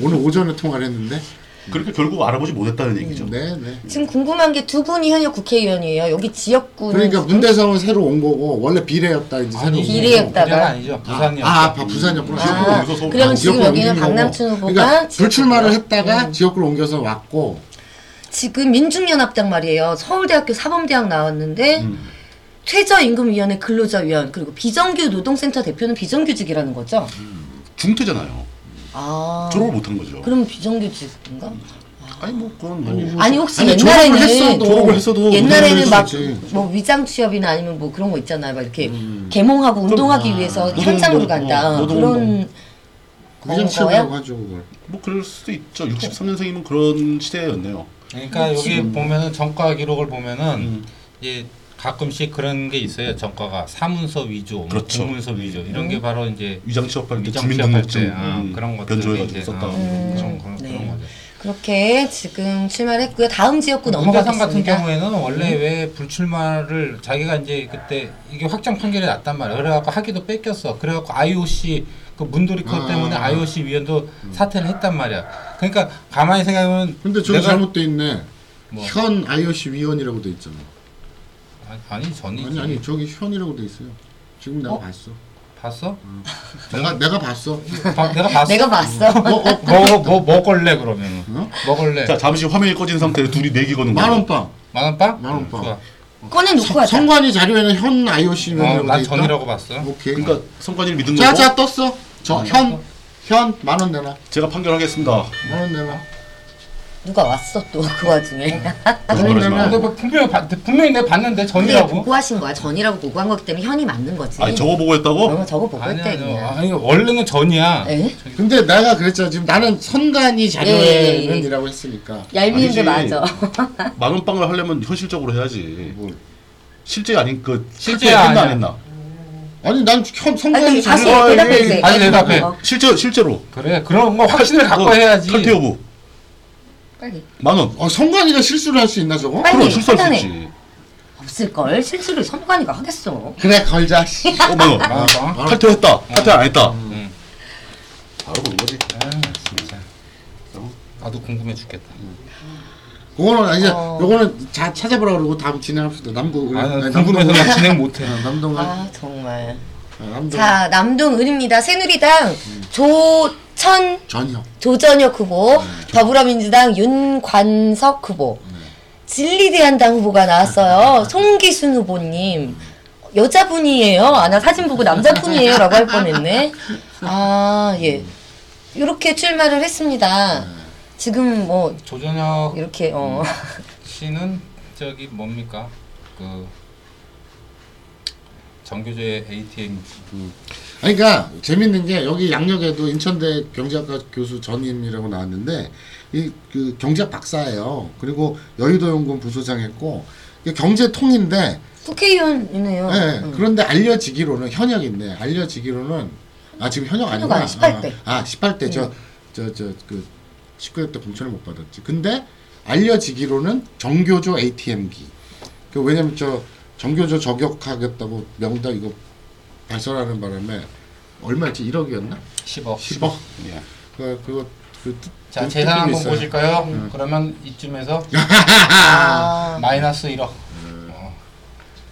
Speaker 2: *laughs* 오늘 오전에 통화를 했는데
Speaker 3: 그렇게 결국 알아보지 못했다는
Speaker 1: 음.
Speaker 3: 얘기죠.
Speaker 2: 네 네.
Speaker 1: 지금 궁금한 게 두 분이 현역 국회의원이에요. 여기 지역구는
Speaker 2: 그러니까 문대성은 새로 온 거고 원래 비례였다 이제 새로 온 거고.
Speaker 1: 비례였다.
Speaker 4: 그때가 아니죠. 부산이었죠. 음.
Speaker 2: 아, 아, 바-
Speaker 3: 음.
Speaker 2: 부산이었구나.
Speaker 1: 아,
Speaker 3: 지역구가 어디서 서울-
Speaker 1: 그럼
Speaker 3: 아,
Speaker 1: 지금
Speaker 2: 지역구로
Speaker 1: 여기는
Speaker 2: 옮긴
Speaker 1: 박남춘
Speaker 2: 거고.
Speaker 1: 후보가 음.
Speaker 2: 그러니까 불출마를
Speaker 1: 지역구고요.
Speaker 2: 했다가 지역구로 옮겨서 왔고
Speaker 1: 지금 민중연합당 말이에요. 서울대학교 사범대학 나왔는데 최저임금위원회 근로자위원 그리고 비정규 노동센터 대표는 비정규직이라는 거죠.
Speaker 3: 중퇴잖아요.
Speaker 1: 아
Speaker 3: 졸업을 못한 거죠.
Speaker 1: 그럼 비정규직인가?
Speaker 3: 아니 뭐 그건 뭐
Speaker 1: 아니 혹시
Speaker 2: 아니, 졸업을
Speaker 1: 옛날에는 뭐
Speaker 2: 했어도-
Speaker 3: 졸업을 했어도
Speaker 1: 옛날에는 막
Speaker 2: 운동을
Speaker 1: 뭐 위장 취업이나 아니면 뭐 그런 거 있잖아요. 막 이렇게 계몽하고 운동하기 위해서
Speaker 3: 노동운동,
Speaker 1: 현장으로 간다.
Speaker 3: 어,
Speaker 1: 그런
Speaker 3: 노동운동.
Speaker 2: 위장치라고 하죠 그걸.
Speaker 3: 뭐 그럴 수도 있죠. 63년생이면 그런 시대였네요. 음,
Speaker 4: 그러니까 여기 보면은 전과 기록을 보면은 이제 가끔씩 그런 게 있어요. 전과가 사문서 위조, 뭐
Speaker 3: 그렇죠.
Speaker 4: 공문서 위조 이런 게 바로 이제
Speaker 3: 위장 취업할 때
Speaker 4: 위장
Speaker 3: 주민등록증
Speaker 4: 취업할 때, 아,
Speaker 3: 음,
Speaker 4: 그런 것들
Speaker 3: 변조해가지고
Speaker 4: 이제,
Speaker 3: 썼다.
Speaker 4: 아,
Speaker 3: 음.
Speaker 4: 그런 그런,
Speaker 1: 네.
Speaker 4: 그런 거죠.
Speaker 1: 그렇게 지금 출마를 했고요. 다음 지역구
Speaker 4: 문대상 같은
Speaker 1: 넘어가겠습니다. 네.
Speaker 4: 경우에는 원래 왜 불출마를 자기가 이제 그때 이게 확정 판결이 났단 말이야. 그래갖고 하기도 뺏겼어. 그래갖고 IOC 그 문도리코
Speaker 2: 아. 음.
Speaker 4: 때문에 IOC 위원도 사퇴를 했단 말이야. 그러니까 가만히 생각하면
Speaker 2: 근데 저기 잘못돼 있네.
Speaker 4: 뭐?
Speaker 2: 현 IOC 위원이라고 돼 있잖아.
Speaker 4: 아니, 아니 전이
Speaker 2: 아니 아니 저기 현이라고 돼 있어요. 지금 내가 봤어.
Speaker 4: 봤어?
Speaker 2: 내가 내가 봤어.
Speaker 4: 봐- 내가 봤어.
Speaker 1: 내가 봤어.
Speaker 4: 뭐뭐 먹을래 그러면?
Speaker 2: 어?
Speaker 4: 먹을래.
Speaker 3: 자 잠시 화면이 꺼진 상태에서 둘이 내기 거는 거예요.
Speaker 2: 만원빵.
Speaker 4: 만원 빵?
Speaker 2: 만원 빵.
Speaker 4: 좋아.
Speaker 1: *laughs* 꺼내 놓고 하자.
Speaker 2: 선관위 자료에는 현 IOC
Speaker 4: 어,
Speaker 2: 위원이라고 돼
Speaker 4: 난
Speaker 2: 뭐 있다.
Speaker 4: 전이라고 봤어.
Speaker 2: 오케이.
Speaker 3: 그러니까 성관이를 믿은 거고
Speaker 2: 자자
Speaker 4: 어,
Speaker 2: 떴어. 저 현 현 만원 내놔. 아,
Speaker 3: 제가 판결하겠습니다.
Speaker 2: 만원 내놔.
Speaker 1: 누가 왔어 또 그 와중에.
Speaker 3: 거짓말하지 마.
Speaker 4: 근데 뭐 분명히 봤, 분명히 내가 봤는데
Speaker 1: 근데
Speaker 4: 전이라고.
Speaker 1: 보고하신 거야. 전이라고 보고한 거기 때문에 현이 맞는 거지. 뭐
Speaker 3: 아니 저거 보고 했다고?
Speaker 1: 그러면 저거
Speaker 2: 뭐
Speaker 1: 보고
Speaker 4: 아니
Speaker 1: 했대
Speaker 4: 아니
Speaker 1: 그냥. 예?
Speaker 4: 아니 원래는 전이야.
Speaker 1: 에?
Speaker 2: 근데 내가 그랬잖아. 지금 나는
Speaker 1: 예,
Speaker 2: 선관위
Speaker 1: 예, 예.
Speaker 2: 자료에는이라고 했으니까.
Speaker 1: 얄미운 게
Speaker 3: 아니지.
Speaker 1: 맞아.
Speaker 3: 만원 빵을 하려면 현실적으로 해야지.
Speaker 2: 뭘.
Speaker 3: 실제 아닌 그
Speaker 4: 실제야
Speaker 3: 했나 안
Speaker 4: 아니야.
Speaker 3: 했나?
Speaker 2: 아니 난 현-
Speaker 1: *laughs* 아니,
Speaker 2: 선관위
Speaker 1: 다시
Speaker 2: 자료에
Speaker 1: 대답해 주세요.
Speaker 4: 아니, 대답해.
Speaker 1: 어,
Speaker 3: 실제 실제로.
Speaker 4: 그래 그런 거 확신을 갖고
Speaker 3: 어,
Speaker 4: 해야지.
Speaker 3: 탈퇴 여부
Speaker 1: 빨리.
Speaker 3: 만 원.
Speaker 2: 어, 선관위가 실수를 할 수 있나 저거?
Speaker 1: 빨리.
Speaker 3: 그럼 실수할
Speaker 1: 판단해.
Speaker 3: 수 있지.
Speaker 1: 없을 걸. 실수를 선관위가 하겠어.
Speaker 2: 그래 걸자. 씨.
Speaker 3: 어만 원.
Speaker 4: 아, 봐.
Speaker 3: 탈퇴했다. 탈퇴 안 했다. 바로 보는 거지.
Speaker 4: 나도 궁금해 죽겠다.
Speaker 2: 그거는 아니
Speaker 1: 어.
Speaker 2: 요거는 자 찾아보라 그러고 다음 진행합시다. 남구
Speaker 4: 아, 나
Speaker 2: 아니,
Speaker 4: 궁금해서
Speaker 2: 남동아.
Speaker 4: 나 진행 못해.
Speaker 2: 어, 남동아.
Speaker 1: 아 정말.
Speaker 2: 어, 남동아.
Speaker 1: 자 남동은입니다. 새누리당 조천
Speaker 2: 전혀.
Speaker 1: 음, 조전혁 음. 후보, 더불어민주당 윤관석 후보, 진리대한당 후보가 나왔어요. 송기순 후보님. 여자분이에요. 아, 나 사진 보고 남자분이에요. 라고 할 뻔했네. 아, 예. 이렇게 출마를 했습니다. 지금 뭐,
Speaker 4: 조전혁
Speaker 1: 이렇게, 어.
Speaker 4: 씨는 저기 뭡니까 그 정교조의 ATM
Speaker 2: 아니, 그러니까 재밌는 게 여기 양력에도 인천대 경제학과 교수 전임이라고 나왔는데 이 그 경제학 박사예요. 그리고 여의도 연구원 부소장했고 이게 경제통인데
Speaker 1: 국회의원이네요. 음.
Speaker 2: 예,
Speaker 1: 응.
Speaker 2: 그런데 알려지기로는 현역인데 알려지기로는 아 지금 현역
Speaker 1: 현역
Speaker 2: 아니구나.
Speaker 1: 아니야, 18대. 음.
Speaker 2: 아, 아 18대 저 저 저 그 19대 때 공천을 못 받았지. 근데 알려지기로는 정교조 ATM기. 그 왜냐면 저 정교조 저격하겠다고 명당 이거 발설하는 바람에 얼마였지? 1억이었나?
Speaker 4: 10억.
Speaker 2: 10억.
Speaker 3: 예.
Speaker 2: 그 그거 그 뜻-
Speaker 4: 자
Speaker 2: 그
Speaker 4: 재산
Speaker 2: 뜻이
Speaker 4: 한번
Speaker 2: 있어요.
Speaker 4: 보실까요? 그러면 이쯤에서
Speaker 1: 아,
Speaker 4: 마이너스 1억. 어,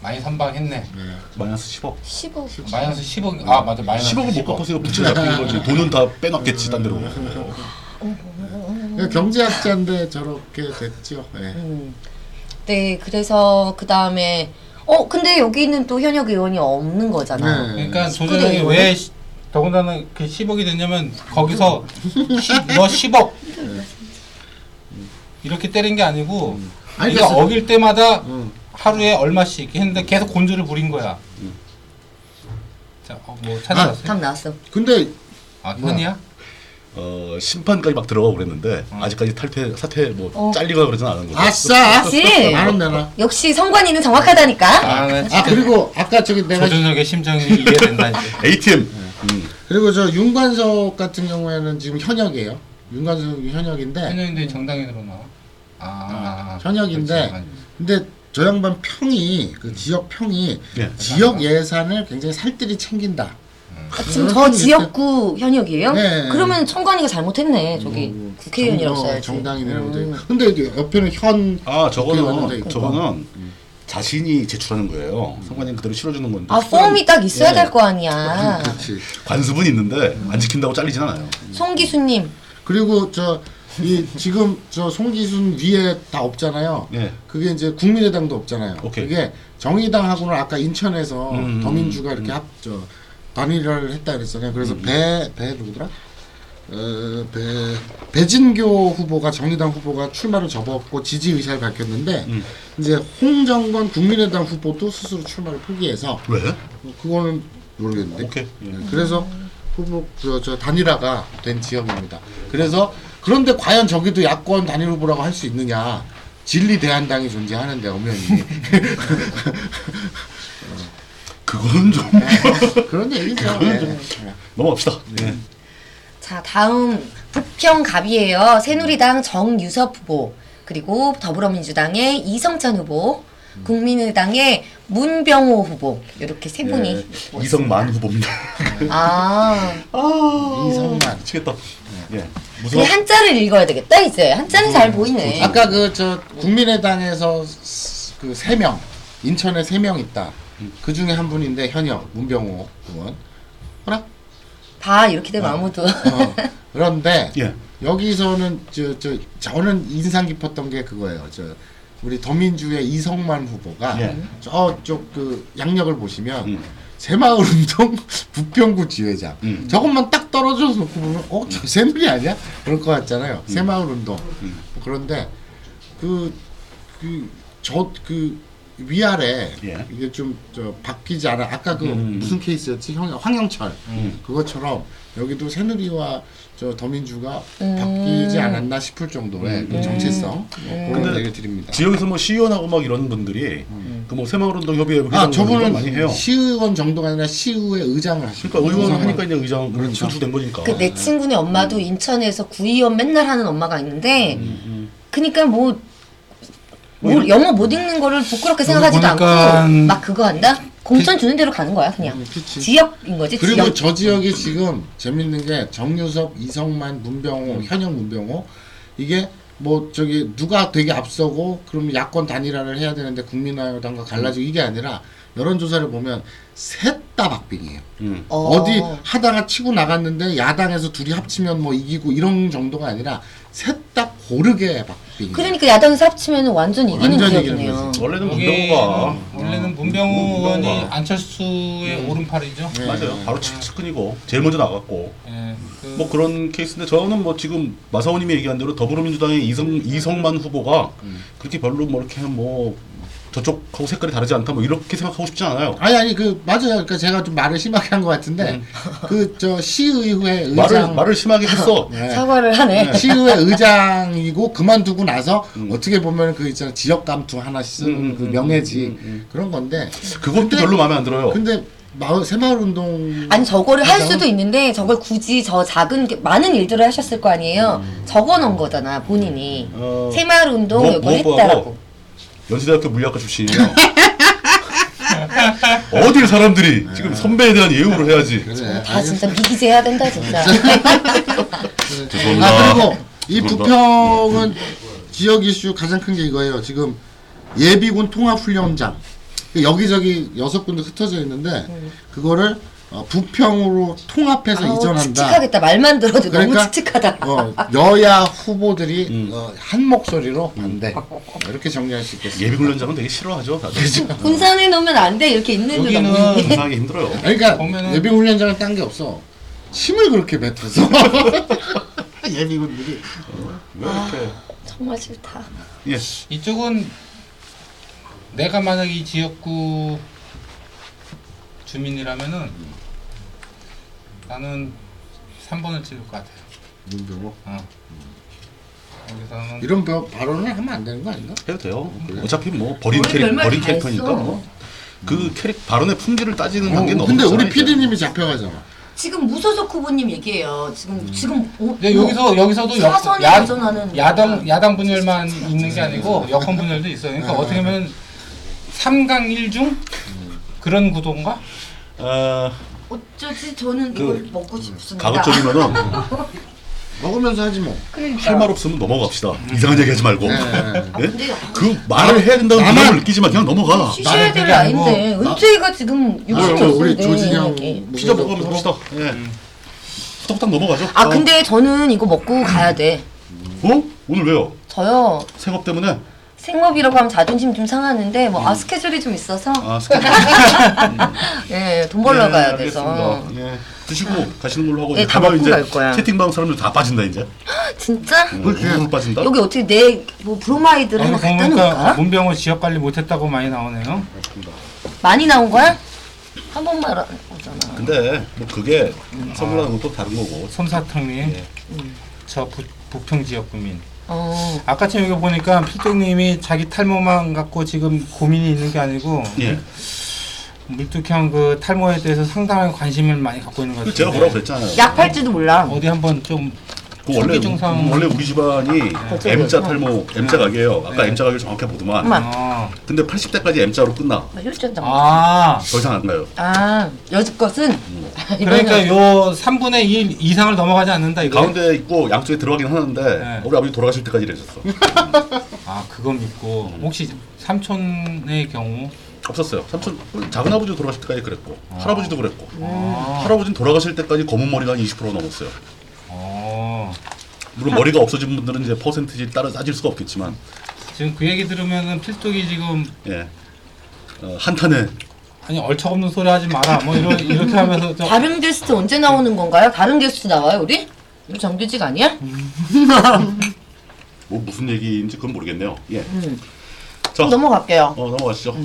Speaker 4: 많이 선방했네.
Speaker 2: 네.
Speaker 3: 마이너스 10억.
Speaker 1: 15.
Speaker 4: 마이너스 10억. 아 맞아 마이너스
Speaker 3: 10억을 못
Speaker 4: 10억.
Speaker 3: 갚아서 이거 붙여 잡힌 거지. 돈은 다 빼놨겠지 딴 데로.
Speaker 2: 그러니까 경제학자인데 저렇게 됐죠. 예.
Speaker 1: 음. 네, 그래서 그 다음에, 어, 근데 여기는 또 현역 의원이 없는 거잖아.
Speaker 2: 네.
Speaker 4: 그러니까
Speaker 1: 스쿠드
Speaker 4: 조전혁이
Speaker 1: 이후에?
Speaker 4: 왜 시- 더군다나 그 10억이 됐냐면 거기서 시, 너 10억 이렇게 때린 게 아니고
Speaker 2: 아니, 그러니까
Speaker 4: 네가
Speaker 2: 그래서-
Speaker 4: 어길 때마다
Speaker 2: 음.
Speaker 4: 하루에 얼마씩 했는데 계속 곤조를 부린 거야. 자, 어, 뭐 찾아봤어요?
Speaker 1: 답 나왔어.
Speaker 2: 근데
Speaker 4: 아, 현이야?
Speaker 3: 어 심판까지 막 들어가고 그랬는데 아직까지 탈퇴 사퇴 뭐
Speaker 1: 어.
Speaker 3: 잘리거나 그러진 않은 거죠.
Speaker 2: 아싸.
Speaker 1: 그치?
Speaker 2: 만원 내놔.
Speaker 1: 역시 성관이는 정확하다니까.
Speaker 4: 아, 나
Speaker 2: 아
Speaker 4: 진짜
Speaker 2: 그리고 아까 저기 내가
Speaker 4: 조준혁의 심정이 이해된다
Speaker 3: *laughs*
Speaker 4: 이제.
Speaker 3: ATM. 음.
Speaker 2: 그리고 저 윤관석 같은 경우에는 지금 현역이에요. 윤관석 현역인데
Speaker 4: 현영인데 정당인으로 나와. 아, 아, 아.
Speaker 2: 현역인데.
Speaker 4: 그렇지.
Speaker 2: 근데 저 양반 평이 그 지역 평이
Speaker 3: 예.
Speaker 2: 지역 예산을 굉장히 살뜰히 챙긴다.
Speaker 1: 아, 지금 저 지역구 현역이에요?
Speaker 2: 음, 네.
Speaker 1: 그러면 청관이가 잘못했네. 저기
Speaker 2: 음,
Speaker 1: 국회의원이라고
Speaker 2: 정당-
Speaker 1: 써야지.
Speaker 2: 정당이네요.
Speaker 1: 음.
Speaker 2: 근데 이게 옆에는 현 국회의원
Speaker 3: 아
Speaker 2: 앉아
Speaker 3: 저거는
Speaker 2: 있고.
Speaker 3: 저거는 자신이 제출하는 거예요. 선관님 그대로 실어주는 건데.
Speaker 1: 아 폼이 딱 있어야
Speaker 2: 예.
Speaker 1: 될 거 아니야.
Speaker 2: 음, 그렇지.
Speaker 3: 관습은 있는데 안 지킨다고 잘리진 않아요.
Speaker 2: 음.
Speaker 1: 송기수님
Speaker 2: 그리고 저 이 지금 저 송기순 위에 다 없잖아요.
Speaker 3: 예.
Speaker 2: 그게 이제 국민의당도 없잖아요.
Speaker 3: 오케이.
Speaker 2: 그게 정의당하고는 아까 인천에서
Speaker 3: 음, 음,
Speaker 2: 더민주가 이렇게 합, 저, 단일화를 했다 그랬잖아요. 그래서 배, 배 누구더라? 어, 배, 배진교 후보가 정의당 후보가 출마를 접었고 지지 의사를 밝혔는데
Speaker 3: 음.
Speaker 2: 이제 홍정건 국민의당 후보도 스스로 출마를 포기해서
Speaker 3: 왜?
Speaker 2: 그거는 모르겠는데.
Speaker 3: 오케이. 예.
Speaker 2: 그래서 후보 저, 저 단일화가 된 지역입니다. 그래서 그런데 과연 저기도 야권 단일 후보라고 할 수 있느냐? 진리 대한당이 존재하는데 엄연히 *laughs*
Speaker 3: 그건 좀
Speaker 2: 그런 얘기죠. 네.
Speaker 3: *laughs* 넘어갑시다. 예.
Speaker 1: 자 다음 부평갑이에요. 새누리당 정유섭 후보 그리고 더불어민주당의 이성찬 후보
Speaker 2: 음.
Speaker 1: 국민의당의 문병호 후보 이렇게 세 분이
Speaker 3: 예.
Speaker 1: 뭐
Speaker 3: 이성만 후보입니다. *laughs*
Speaker 2: 네.
Speaker 1: 있습니다.
Speaker 2: *laughs*
Speaker 1: 아
Speaker 3: 아
Speaker 2: 이성만.
Speaker 3: 미치겠다. 예. 무서워.
Speaker 1: 근데 한자를 읽어야 되겠다 이제 한자는 잘 보이네.
Speaker 2: 음, 아까 그 저 국민의당에서 그 세 명 인천에 세 명 있다. 그 중에 한 분인데 현역 문병호 의원. 그래?
Speaker 1: 봐 이렇게 되면 아무도
Speaker 2: 어. 그런데
Speaker 3: 예.
Speaker 2: 여기서는 저, 저 저는 인상 깊었던 게 그거예요. 저 우리 더민주의 이성만 후보가
Speaker 3: 예.
Speaker 2: 저쪽 그 양력을 보시면
Speaker 3: 음.
Speaker 2: 새마을 운동 *laughs* 부평구 지회장.
Speaker 3: 음.
Speaker 2: 저것만 딱 떨어져서 놓고 보면 어, 저 새누리 아니야? 그럴 것 같잖아요.
Speaker 3: 음.
Speaker 2: 새마을 운동. 뭐 그런데 그그저그 위아래
Speaker 3: 예.
Speaker 2: 이게 좀 저 바뀌지 않아. 아까 그
Speaker 3: 음.
Speaker 2: 무슨 케이스였지? 형 황영철. 그것처럼 여기도 새누리와 저 더민주가 바뀌지 않았나 싶을 정도의 그 정체성 그런
Speaker 3: 근데
Speaker 2: 얘기를 드립니다.
Speaker 3: 지역에서 뭐 시의원하고 막 이런 분들이 그 뭐 새마을운동 협의회
Speaker 2: 아,
Speaker 3: 회장
Speaker 2: 저분은
Speaker 3: 많이 해요.
Speaker 2: 시의원 정도가 아니라 시의회 의장을 하시고
Speaker 3: 그러니까 의원 하니까 이제 의장
Speaker 2: 그렇죠.
Speaker 3: 선출된 거니까.
Speaker 1: 그 내 친구네 엄마도 인천에서 구의원 맨날 하는 엄마가 있는데 그니까 뭐, 뭐
Speaker 3: 뭐
Speaker 1: 영어 못 읽는 거를 부끄럽게 생각하지도
Speaker 4: 보니까-
Speaker 1: 않고 막 그거 한다? 공천 주는 대로 가는 거야 그냥
Speaker 2: 그치.
Speaker 1: 지역인 거지
Speaker 2: 그리고
Speaker 1: 지역
Speaker 2: 저 지역이 지금 재밌는 게 정유섭, 이성만, 문병호,
Speaker 1: 음.
Speaker 2: 현역 문병호 이게 뭐 저기 누가 되게 앞서고 그러면 야권 단일화를 해야 되는데 국민의당과
Speaker 1: 음.
Speaker 2: 갈라지고 이게 아니라 여론조사를 보면 셋 다 박빙이에요.
Speaker 3: 음.
Speaker 1: 어.
Speaker 2: 어디 하다가 치고 나갔는데 야당에서 둘이 합치면 뭐 이기고 이런 정도가 아니라 셋 다 고르게 박빙.
Speaker 1: 그러니까 야당에서 합치면 완전 이기는
Speaker 2: 완전 이기는
Speaker 1: 지역이네요
Speaker 3: 원래는
Speaker 4: 여기는
Speaker 3: 문병호가
Speaker 4: 원래는 문병호 의원이
Speaker 3: 문병호가.
Speaker 4: 안철수의 오른팔이죠.
Speaker 2: 네.
Speaker 3: 맞아요. 바로 측- 측근이고 제일 먼저 나갔고
Speaker 4: 예, 그
Speaker 3: 뭐 그런 케이스인데 저는 뭐 지금 마사오님이 얘기한 대로 더불어민주당의 이성 이성만 후보가
Speaker 2: 음.
Speaker 3: 그렇게 별로 뭐 이렇게 뭐 저쪽하고 색깔이 다르지 않다 뭐 이렇게 생각하고 싶진 않아요.
Speaker 2: 아니 아니 그 맞아요. 그러니까 제가 좀 말을 심하게 한 것 같은데
Speaker 1: 음.
Speaker 2: 그 저 시의회 의장
Speaker 3: 말을 말을 심하게 했어.
Speaker 2: *laughs* 네.
Speaker 1: 사과를 하네
Speaker 2: 시의회 의장이고 그만두고 나서 어떻게 보면 그 있잖아 지역 감투 하나 쓰는
Speaker 3: 음,
Speaker 2: 그
Speaker 3: 음,
Speaker 2: 명예지 그런 건데
Speaker 3: 그것도
Speaker 2: 근데-
Speaker 3: 별로 마음에 안 들어요.
Speaker 2: 근데 마을 새마을 운동
Speaker 1: 아니 저거를 할 수도 있는데 저걸 굳이 저 작은 게- 많은 일들을 하셨을 거 아니에요 적어놓은 거잖아 본인이
Speaker 3: 어, 뭐,
Speaker 1: 새마을 운동
Speaker 3: 무엇-
Speaker 1: 요걸
Speaker 3: 무엇보다도
Speaker 1: 했다라고
Speaker 3: 연세대학교 물리학과 출신이에요. *laughs* 어딜 사람들이 지금 선배에 대한 예우를 해야지.
Speaker 2: 네. 그래.
Speaker 1: 다 진짜 미기재해야 된다 진짜
Speaker 3: 죄송합니다.
Speaker 2: 아 그리고 이
Speaker 3: 그런가?
Speaker 2: 부평은 지역 이슈 가장 큰 게 이거예요. 지금 예비군 통합훈련장 그 여기저기 여섯 군데 흩어져 있는데 그거를 어, 부평으로 통합해서
Speaker 1: 음. 아우,
Speaker 2: 이전한다.
Speaker 1: 칙칙하겠다 말만 들어도
Speaker 2: 그러니까,
Speaker 1: 너무 칙칙하다 *laughs*
Speaker 2: 어, 여야 후보들이
Speaker 3: 음.
Speaker 2: 어, 한 목소리로 반대
Speaker 1: 음.
Speaker 2: 이렇게 정리할 수 있겠습니다.
Speaker 3: 예비군련장은 되게 싫어하죠. 다들.
Speaker 1: 군산에 놓으면 안 돼 이렇게 있는 데 *laughs*
Speaker 4: 여기는
Speaker 1: 너무
Speaker 3: 이상하게 힘들어요.
Speaker 2: 아니, 그러니까
Speaker 4: 보면은-
Speaker 2: 예비 훈련장은 딴 게 없어. 힘을 그렇게 뱉어서 *laughs* 예비군들이
Speaker 3: 왜 이렇게?
Speaker 1: 정말 싫다
Speaker 3: 아. 예.
Speaker 4: 이쪽은 내가 만약 이 지역구 주민이라면은 나는 3번을 찍을 것 같아요.
Speaker 2: 문병호
Speaker 4: 어. 여기서는
Speaker 2: 이런 바- 발언을 하면 안 되는 거 아닌가?
Speaker 3: 해도 돼요. 어차피 뭐 버린
Speaker 1: 우리
Speaker 3: 캐릭
Speaker 1: 별말
Speaker 3: 버린
Speaker 1: 다
Speaker 3: 캐릭터니까
Speaker 1: 했어.
Speaker 3: 뭐. 그 캐릭 발언의 품질을 따지는 단계
Speaker 2: 음. 어,
Speaker 3: 너무.
Speaker 2: 근데 우리
Speaker 3: 높잖아요,
Speaker 2: PD님이 잡혀가잖아.
Speaker 1: 지금 무소속 후보님 얘기예요 지금 지금 오, 뭐
Speaker 4: 근데 네, 여기서 여기서도 여,
Speaker 1: 사선이
Speaker 4: 야,
Speaker 1: 여전하는 음.
Speaker 4: 야당 야당 분열만 있는 게 아니고 여권 분열도 있어요. 그러니까
Speaker 1: 음.
Speaker 4: 어떻게 보면 3강 1중 그런 구도인가?
Speaker 3: 이제. 아
Speaker 1: 어쩌지 저는
Speaker 3: 그
Speaker 1: 이걸 먹고 싶습니다
Speaker 3: 가급적이면은
Speaker 2: 먹으면서 하지 뭐.
Speaker 1: 그러니까
Speaker 3: 할 말 없으면 넘어갑시다. 이상한 얘기하지 말고.
Speaker 1: *laughs*
Speaker 2: 네.
Speaker 3: 예?
Speaker 1: 아, 근데
Speaker 3: 그 말을 해야 된다는
Speaker 2: 나만-
Speaker 3: 부담을 느끼지만 그냥 넘어가.
Speaker 1: 쉬셔야 될
Speaker 4: 그게 아니고
Speaker 1: 나인데 은퇴가 지금
Speaker 2: 뭐,
Speaker 1: 60이
Speaker 2: 뭐,
Speaker 1: 없는데
Speaker 2: 우리
Speaker 1: 예.
Speaker 2: 조진영 뭐
Speaker 1: 이게.
Speaker 2: 무슨
Speaker 3: 피자
Speaker 2: 저-
Speaker 3: 먹으면서 봅시다. 예. 후딱후딱 넘어가죠.
Speaker 1: 음. 아 근데 저는 이거 먹고 가야 돼
Speaker 3: 어? 오늘 왜요?
Speaker 1: 저요
Speaker 3: 생업 때문에?
Speaker 1: 생업이라고 하면 자존심 좀 상하는데 뭐 아 스케줄이 좀 있어서
Speaker 3: 아 스케줄.
Speaker 1: 예돈 벌러
Speaker 3: 예,
Speaker 1: 가야 돼서
Speaker 3: 알겠습니다. 예. 드시고 가시는 걸로 하고
Speaker 1: 예, 다
Speaker 3: 가봐요,
Speaker 1: 먹고 갈 거야.
Speaker 3: 채팅방 사람들 다 빠진다 이제.
Speaker 1: 진짜
Speaker 3: 물 빠진다.
Speaker 1: 여기 어떻게 내 뭐 브로마이드를 하나
Speaker 4: 여기
Speaker 1: 갖다
Speaker 4: 보니까 그러니까
Speaker 1: 놓을까 음.
Speaker 4: 문병호 지역 관리 못했다고 많이 나오네요.
Speaker 1: 많이 나온 거야 한 번만 오잖아
Speaker 3: 근데 뭐 그게 선물하는 것도 다른 거고.
Speaker 4: 솜사탕님,
Speaker 3: 예.
Speaker 1: 음.
Speaker 4: 저 부, 부평 지역 구민.
Speaker 1: 어
Speaker 4: 아까 전 여기 보니까 필동님이 자기 탈모만 갖고 지금 고민이 있는 게 아니고
Speaker 3: 예.
Speaker 4: 물뚝형 그 탈모에 대해서 상당한 관심을 많이 갖고 있는 것
Speaker 3: 그
Speaker 4: 같아요.
Speaker 3: 제가 뭐라고 그랬잖아요.
Speaker 1: 약 팔지도 몰라
Speaker 4: 어디 한번 좀
Speaker 3: 그 원래
Speaker 4: 초기 증상.
Speaker 3: 원래 우리 집안이 M자 탈모
Speaker 1: 음.
Speaker 3: M자 가게예요. 아까
Speaker 4: 네.
Speaker 3: M자 가게 정확히 보더만.
Speaker 1: 엄마.
Speaker 4: 아,
Speaker 3: 근데 80대까지 M자로 끝나.
Speaker 1: 혈전장
Speaker 4: 아
Speaker 3: 더 이상 안 가요.
Speaker 1: 아 여집 것은 *laughs*
Speaker 4: 그러니까
Speaker 1: 이번에
Speaker 4: 요 3분의 1 이상을 넘어가지 않는다 이거.
Speaker 3: 가운데 있고 양쪽에 들어가긴 하는데
Speaker 4: 네.
Speaker 3: 우리 아버지 돌아가실 때까지 이랬었어.
Speaker 4: 아 그건 믿고
Speaker 3: 음.
Speaker 4: 혹시 삼촌의 경우
Speaker 3: 없었어요. 삼촌 작은 아버지 돌아가실 때까지 그랬고 할아버지도 그랬고
Speaker 4: 아,
Speaker 3: 할아버지는 돌아가실 때까지 검은 머리가 한 20% 넘었어요.
Speaker 4: 어,
Speaker 3: 물론 머리가 없어진 분들은 이제 퍼센티지 따라 따질 수가 없겠지만
Speaker 4: 지금 그 얘기 들으면은 필독이 지금
Speaker 3: 예 어, 한탄에
Speaker 4: 아니 얼척없는 소리 하지 마라 뭐 이런 이렇게 하면서 좀
Speaker 1: 다른 게스트 언제 나오는 건가요? 다른 게스트 나와요 우리? 우리 정규직 아니야?
Speaker 4: 음.
Speaker 3: 뭐 무슨 얘기인지 그건 모르겠네요. 예.
Speaker 1: 음.
Speaker 3: 자,
Speaker 1: 넘어갈게요. 음.
Speaker 3: 어, 넘어가시죠.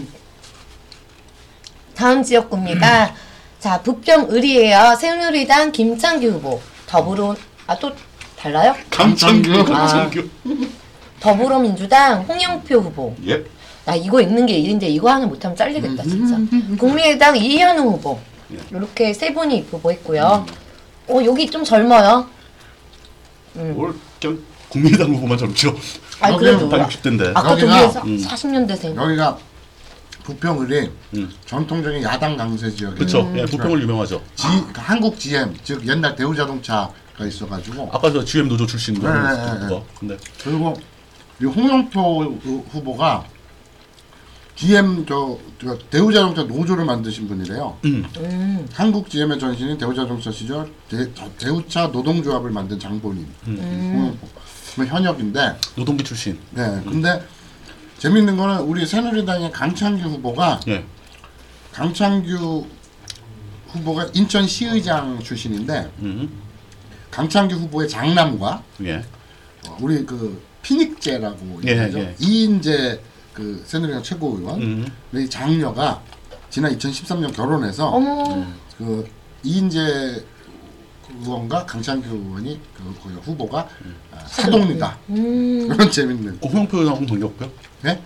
Speaker 1: 다음 지역구입니다. 자, 북경 을이에요. 새누리당 김창규 후보. 더불어 아 또 달라요?
Speaker 3: 강창규,
Speaker 2: 아.
Speaker 3: 강창규.
Speaker 1: 더불어민주당 홍영표 후보.
Speaker 3: 예.
Speaker 1: 나 이거 읽는 게 일인데 이거 하나 못하면 잘리겠다 진짜. 국민의당 이현우 후보.
Speaker 3: 예.
Speaker 1: 이렇게 세 분이 후보했고요. 어 여기 좀 젊어요. 음.
Speaker 3: 뭘 그냥 국민의당 후보만 젊죠.
Speaker 1: 아 그래도
Speaker 2: 여기는
Speaker 3: 다 60대인데.
Speaker 1: 아까
Speaker 2: 여기가-
Speaker 1: 저기에서
Speaker 3: 음.
Speaker 1: 40년대생.
Speaker 2: 여기가 부평을이
Speaker 3: 음.
Speaker 2: 전통적인 야당 강세 지역이에요.
Speaker 3: 그렇죠.
Speaker 1: 음.
Speaker 3: 예, 부평을 유명하죠.
Speaker 2: 지, 그러니까 한국 GM 즉 옛날 대우자동차가 있어가지고
Speaker 3: 아까 저 GM 노조 출신 거.
Speaker 2: 네,
Speaker 3: 네,
Speaker 2: 네,
Speaker 3: 네. 근데
Speaker 2: 그리고 이 홍영표 후- 후보가 GM 저, 저 대우자동차 노조를 만드신 분이래요.
Speaker 1: 음.
Speaker 2: 한국 GM의 전신인 대우자동차 시절 대, 우차 노동조합을 만든 장본인 홍영표 그러면 현역인데
Speaker 3: 노동기 출신.
Speaker 2: 네 근데 재밌는 거는 우리 새누리당의 강창규 후보가
Speaker 3: 예.
Speaker 2: 강창규 후보가 인천시의장 출신인데
Speaker 3: 음.
Speaker 2: 강창규 후보의 장남과
Speaker 3: 예.
Speaker 2: 어, 우리 그 피닉제라고
Speaker 3: 예,
Speaker 2: 얘기하죠.
Speaker 3: 예.
Speaker 2: 이인재 그 새누리당 최고위원
Speaker 3: 음.
Speaker 2: 이 장녀가 지난 2013년 결혼해서
Speaker 1: 어머.
Speaker 2: 그 이인재 의원과 강창규 의원이 그 거기 후보가 아, 사동이다
Speaker 1: 음.
Speaker 2: 그런 재밌는
Speaker 3: 그 홍영표 의원하고 관계없고요.
Speaker 2: 네?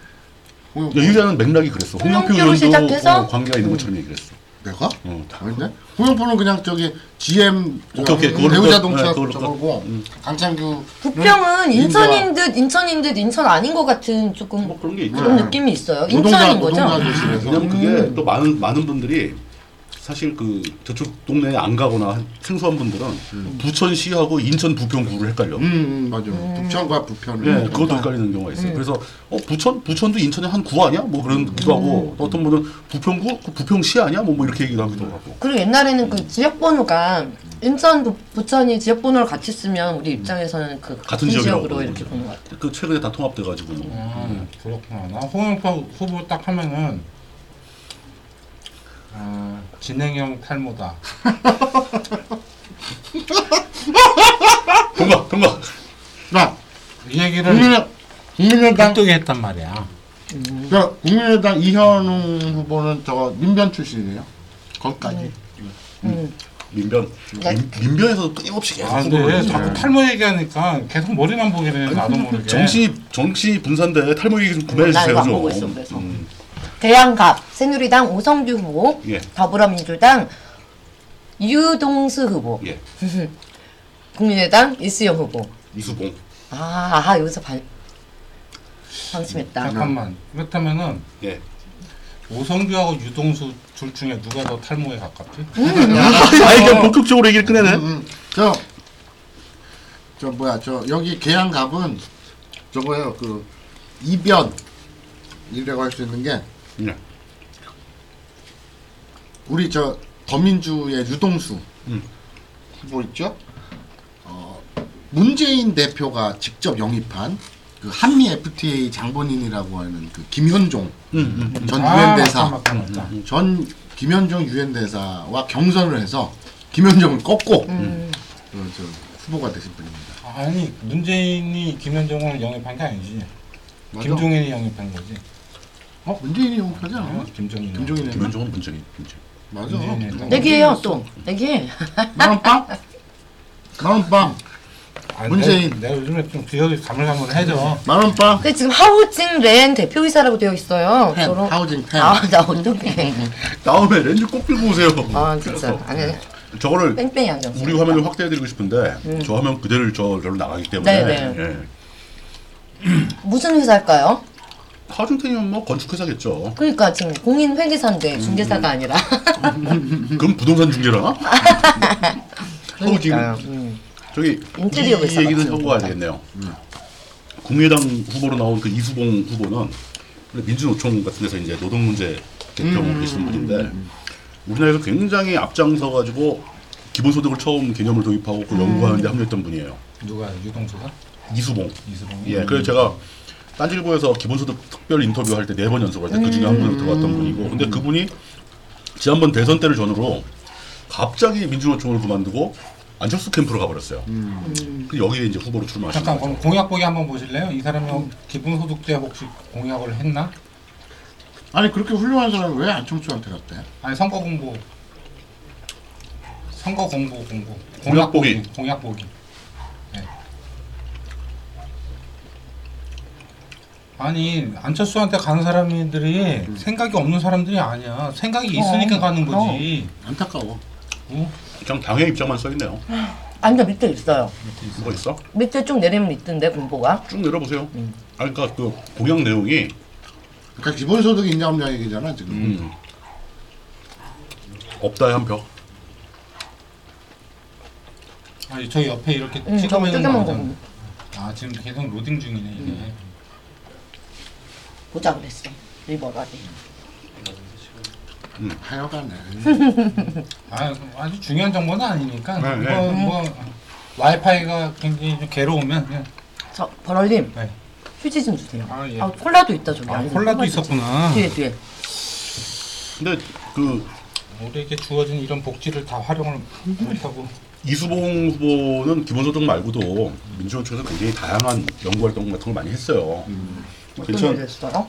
Speaker 2: 홍영
Speaker 3: 네, 유일한 맥락이 그랬어. 홍영표
Speaker 1: 홍영표로
Speaker 3: 의원도
Speaker 1: 시작해서?
Speaker 3: 어, 관계가 있는 것처럼 얘기를 했어.
Speaker 2: 내가
Speaker 3: 어.
Speaker 2: 아닌데 홍영표는 그냥 저기 GM
Speaker 3: 오케이, 오케이. 그걸로
Speaker 2: 대우자동차
Speaker 3: 끝. 네, 그걸로
Speaker 2: 저거고 강창규 음.
Speaker 1: 부평은 인천인 듯 인천인 듯 인천 아닌 것 같은 조금
Speaker 3: 뭐 그런 게 있죠.
Speaker 1: 그런 느낌이 있어요. 음.
Speaker 2: 노동자
Speaker 1: 인천인 거죠?
Speaker 2: 노동자 조심해서
Speaker 3: 왜냐면 그게 또 많은 많은 분들이 사실 그 저쪽 동네에 안 가거나 생소한 분들은 부천시하고 인천 부평구를 헷갈려.
Speaker 2: 음, 네, 음 맞아요. 북천과 부편을.
Speaker 3: 예, 그것도 헷갈리는 경우가
Speaker 1: 음.
Speaker 3: 있어요. 그래서 어 부천 부천도 인천의 한 구 아니야? 뭐 그런 기도 하고 또 어떤 분은 부평구 그 부평시 아니야? 뭐, 뭐 이렇게 얘기도 하기도 하고.
Speaker 1: 그리고 옛날에는 그 지역 번호가 인천 부- 부천이 지역 번호를 같이 쓰면 우리 입장에서는 그 같은,
Speaker 3: 지역이라고
Speaker 1: 지역으로
Speaker 3: 보는
Speaker 1: 이렇게
Speaker 3: 거죠.
Speaker 1: 보는 것 같아요.
Speaker 3: 그 최근에 다 통합돼가지고 뭐.
Speaker 4: 아, 그렇구나. 나 홍영표 후보 딱 하면은 아, 진행형 탈모다.
Speaker 3: 동가 동가.
Speaker 2: 자,
Speaker 4: 이 얘기를
Speaker 2: 국민의 국민의당
Speaker 4: 음, 깍두기 했단 말이야.
Speaker 2: 자, 국민의당 이현웅 후보는 저 민변 출신이에요. 네. 거기까지.
Speaker 1: 음.
Speaker 3: 민변
Speaker 1: 야.
Speaker 3: 민, 민변에서도 끊임없이 계속
Speaker 4: 아,
Speaker 3: 홍보를
Speaker 4: 근데
Speaker 3: 해요.
Speaker 4: 자꾸 탈모 얘기하니까 계속 머리만 보게 되네. 나도 모르게.
Speaker 3: 예. 정신이 정신이 분산돼 탈모 얘기 좀 구매해
Speaker 1: 나
Speaker 3: 주세요
Speaker 1: 이거 안
Speaker 3: 좀.
Speaker 1: 보고 있어, 그래서.
Speaker 3: 음.
Speaker 1: 대양갑 새누리당 오성규 후보,
Speaker 3: 예.
Speaker 1: 더불어민주당 유동수 후보,
Speaker 3: 예.
Speaker 1: 국민의당 이수영 후보.
Speaker 3: 이수봉.
Speaker 1: 아, 아하, 여기서 반
Speaker 3: 음,
Speaker 1: 방심했다.
Speaker 4: 잠깐만. 그렇다면은
Speaker 3: 예.
Speaker 4: 오성규하고 유동수 둘 중에 누가 더 탈모에 가깝지?
Speaker 3: *laughs* 아 이게 본격적으로 얘기를 꺼내네.
Speaker 2: 음, 음. 저, 저 뭐야, 저 여기 계양갑은 저거예요. 그 이변 이라고 할 수 있는 게
Speaker 3: 예.
Speaker 2: 우리 저 더민주의 유동수
Speaker 3: 음.
Speaker 2: 후보 있죠. 어, 문재인 대표가 직접 영입한 그 한미 FTA 장본인이라고 하는 그 김현종
Speaker 3: 음,
Speaker 2: 전
Speaker 4: 아,
Speaker 2: 유엔 대사.
Speaker 4: 맞다, 맞다, 맞다.
Speaker 2: 전 김현종 유엔 대사와 경선을 해서 김현종을 꺾고
Speaker 1: 음.
Speaker 2: 그, 저, 후보가 되신 분입니다.
Speaker 4: 아니 문재인이 김현정을 영입한 게 아니지.
Speaker 2: 맞아.
Speaker 4: 김종인이 영입한 거지.
Speaker 2: 어 문재인이 영표지 않아?
Speaker 4: 김종인.
Speaker 2: 김종인이
Speaker 3: 김현종은 문정인. 문정인.
Speaker 2: 맞아.
Speaker 4: 문재인이
Speaker 1: 내기해요 또. 내기해.
Speaker 2: 나는 빵. 나는 빵.
Speaker 4: 아,
Speaker 2: 문재인.
Speaker 4: 내가, 내가 요즘에 좀 기억이 가물가물해져.
Speaker 2: 나는 빵.
Speaker 1: 근데 지금 하우징 렌 대표이사라고 되어 있어요.
Speaker 2: 팬.
Speaker 1: 저런-
Speaker 2: 네, 하우징 팬.
Speaker 1: 아, 나 어떡해.
Speaker 3: 다음에 렌즈 꼭 들고 오세요.
Speaker 1: 아, 진짜. 아니,
Speaker 3: 저거를
Speaker 1: 뺑뺑이 안경
Speaker 3: 우리 화면을 확대해드리고 싶은데 저 화면 그대로 저로 나가기 때문에
Speaker 1: 음. 네, 네.
Speaker 3: 예.
Speaker 1: 무슨 회사일까요?
Speaker 3: 하중택이면 뭐 건축회사겠죠.
Speaker 1: 그러니까 지금 공인 회계사인데 중개사가 아니라. *laughs*
Speaker 3: 그럼 부동산 중개라나? 어, 지금
Speaker 1: 그러니까요. 음.
Speaker 3: 저기
Speaker 1: 인테리어 음.
Speaker 3: 이
Speaker 1: 회사
Speaker 3: 얘기는
Speaker 1: 같은
Speaker 3: 하고
Speaker 1: 거.
Speaker 3: 가야 되겠네요. 음. 국민의당 후보로 나온 그 이수봉 후보는 원래 민주노총 같은 데서 이제 노동 문제 대표하고
Speaker 1: 음.
Speaker 3: 계신 분인데 우리나라에서 굉장히 앞장서 가지고 기본소득을 처음 개념을 도입하고 그 연구하는 데
Speaker 1: 음.
Speaker 3: 합류했던 분이에요.
Speaker 4: 누가 유동수가?
Speaker 3: 이수봉.
Speaker 4: 이수봉이.
Speaker 3: 예, 그래서 제가
Speaker 1: 음.
Speaker 3: 딴지일보에서 기본소득 특별 인터뷰 할 때 네 번 연속할 때 그 중에 한 분으로 들어갔던 분이고 근데 그분이 지난번 대선 때를 전후로 갑자기 민주노총을 그만두고 안철수 캠프로 가버렸어요.
Speaker 1: 음.
Speaker 3: 그 여기에 이제 후보로 출마하신
Speaker 4: 잠깐
Speaker 3: 거죠.
Speaker 4: 그럼 공약 보기 한번 보실래요? 이 사람이 어, 기본소득 때 혹시 공약을 했나?
Speaker 2: 아니 그렇게 훌륭한 사람이 왜 안청초한테 갔대?
Speaker 4: 아니 선거 공보 선거 공보 공보
Speaker 3: 공약 보기.
Speaker 4: 공약 보기 네. 아니 안철수한테 가는 사람들이
Speaker 1: 음.
Speaker 4: 생각이 없는 사람들이 아니야 생각이
Speaker 1: 어,
Speaker 4: 있으니까 가는 거지
Speaker 2: 안타까워.
Speaker 3: 그냥 당의 입장만 써 있네요.
Speaker 4: 음.
Speaker 1: 아니다 밑에 있어요.
Speaker 3: 뭐가 있어?
Speaker 1: 밑에 쭉 내리면 있던데 공보가.
Speaker 3: 쭉 내려보세요.
Speaker 4: 음.
Speaker 3: 아 그러니까 그 공약 내용이
Speaker 2: 그러니까 기본소득 인정 얘기잖아 지금.
Speaker 3: 음. 없다의 한 벽.
Speaker 4: 아니 저 옆에 이렇게
Speaker 1: 음, 저거
Speaker 4: 찍으면
Speaker 1: 뜯어먹어. 음.
Speaker 4: 나오잖아. 아 지금 계속 로딩 중이네 이게
Speaker 1: 보자 그랬어. 리버가지.
Speaker 2: 하여간에
Speaker 4: 아, 아주 중요한 정보는 아니니까
Speaker 3: 네,
Speaker 4: 뭐,
Speaker 3: 네.
Speaker 4: 뭐 와이파이가 굉장히 좀 괴로우면 예. 그냥
Speaker 1: 저 버럴님
Speaker 4: 네.
Speaker 1: 휴지 좀 주세요.
Speaker 4: 아, 예.
Speaker 1: 아 콜라도 있다 저기.
Speaker 4: 아,
Speaker 1: 아이고,
Speaker 4: 콜라도
Speaker 1: 콜라 있어.
Speaker 4: 있었구나.
Speaker 1: 뒤에 뒤에.
Speaker 3: 근데 그
Speaker 4: 우리에게 주어진 이런 복지를 다 활용을 못하고
Speaker 3: 이수봉 후보는 기본소득 말고도 민주노총에서 굉장히 다양한 연구 활동 같은 걸 많이 했어요.
Speaker 4: 음.
Speaker 1: 어떤
Speaker 3: 괜찮.
Speaker 1: 일을 했어요?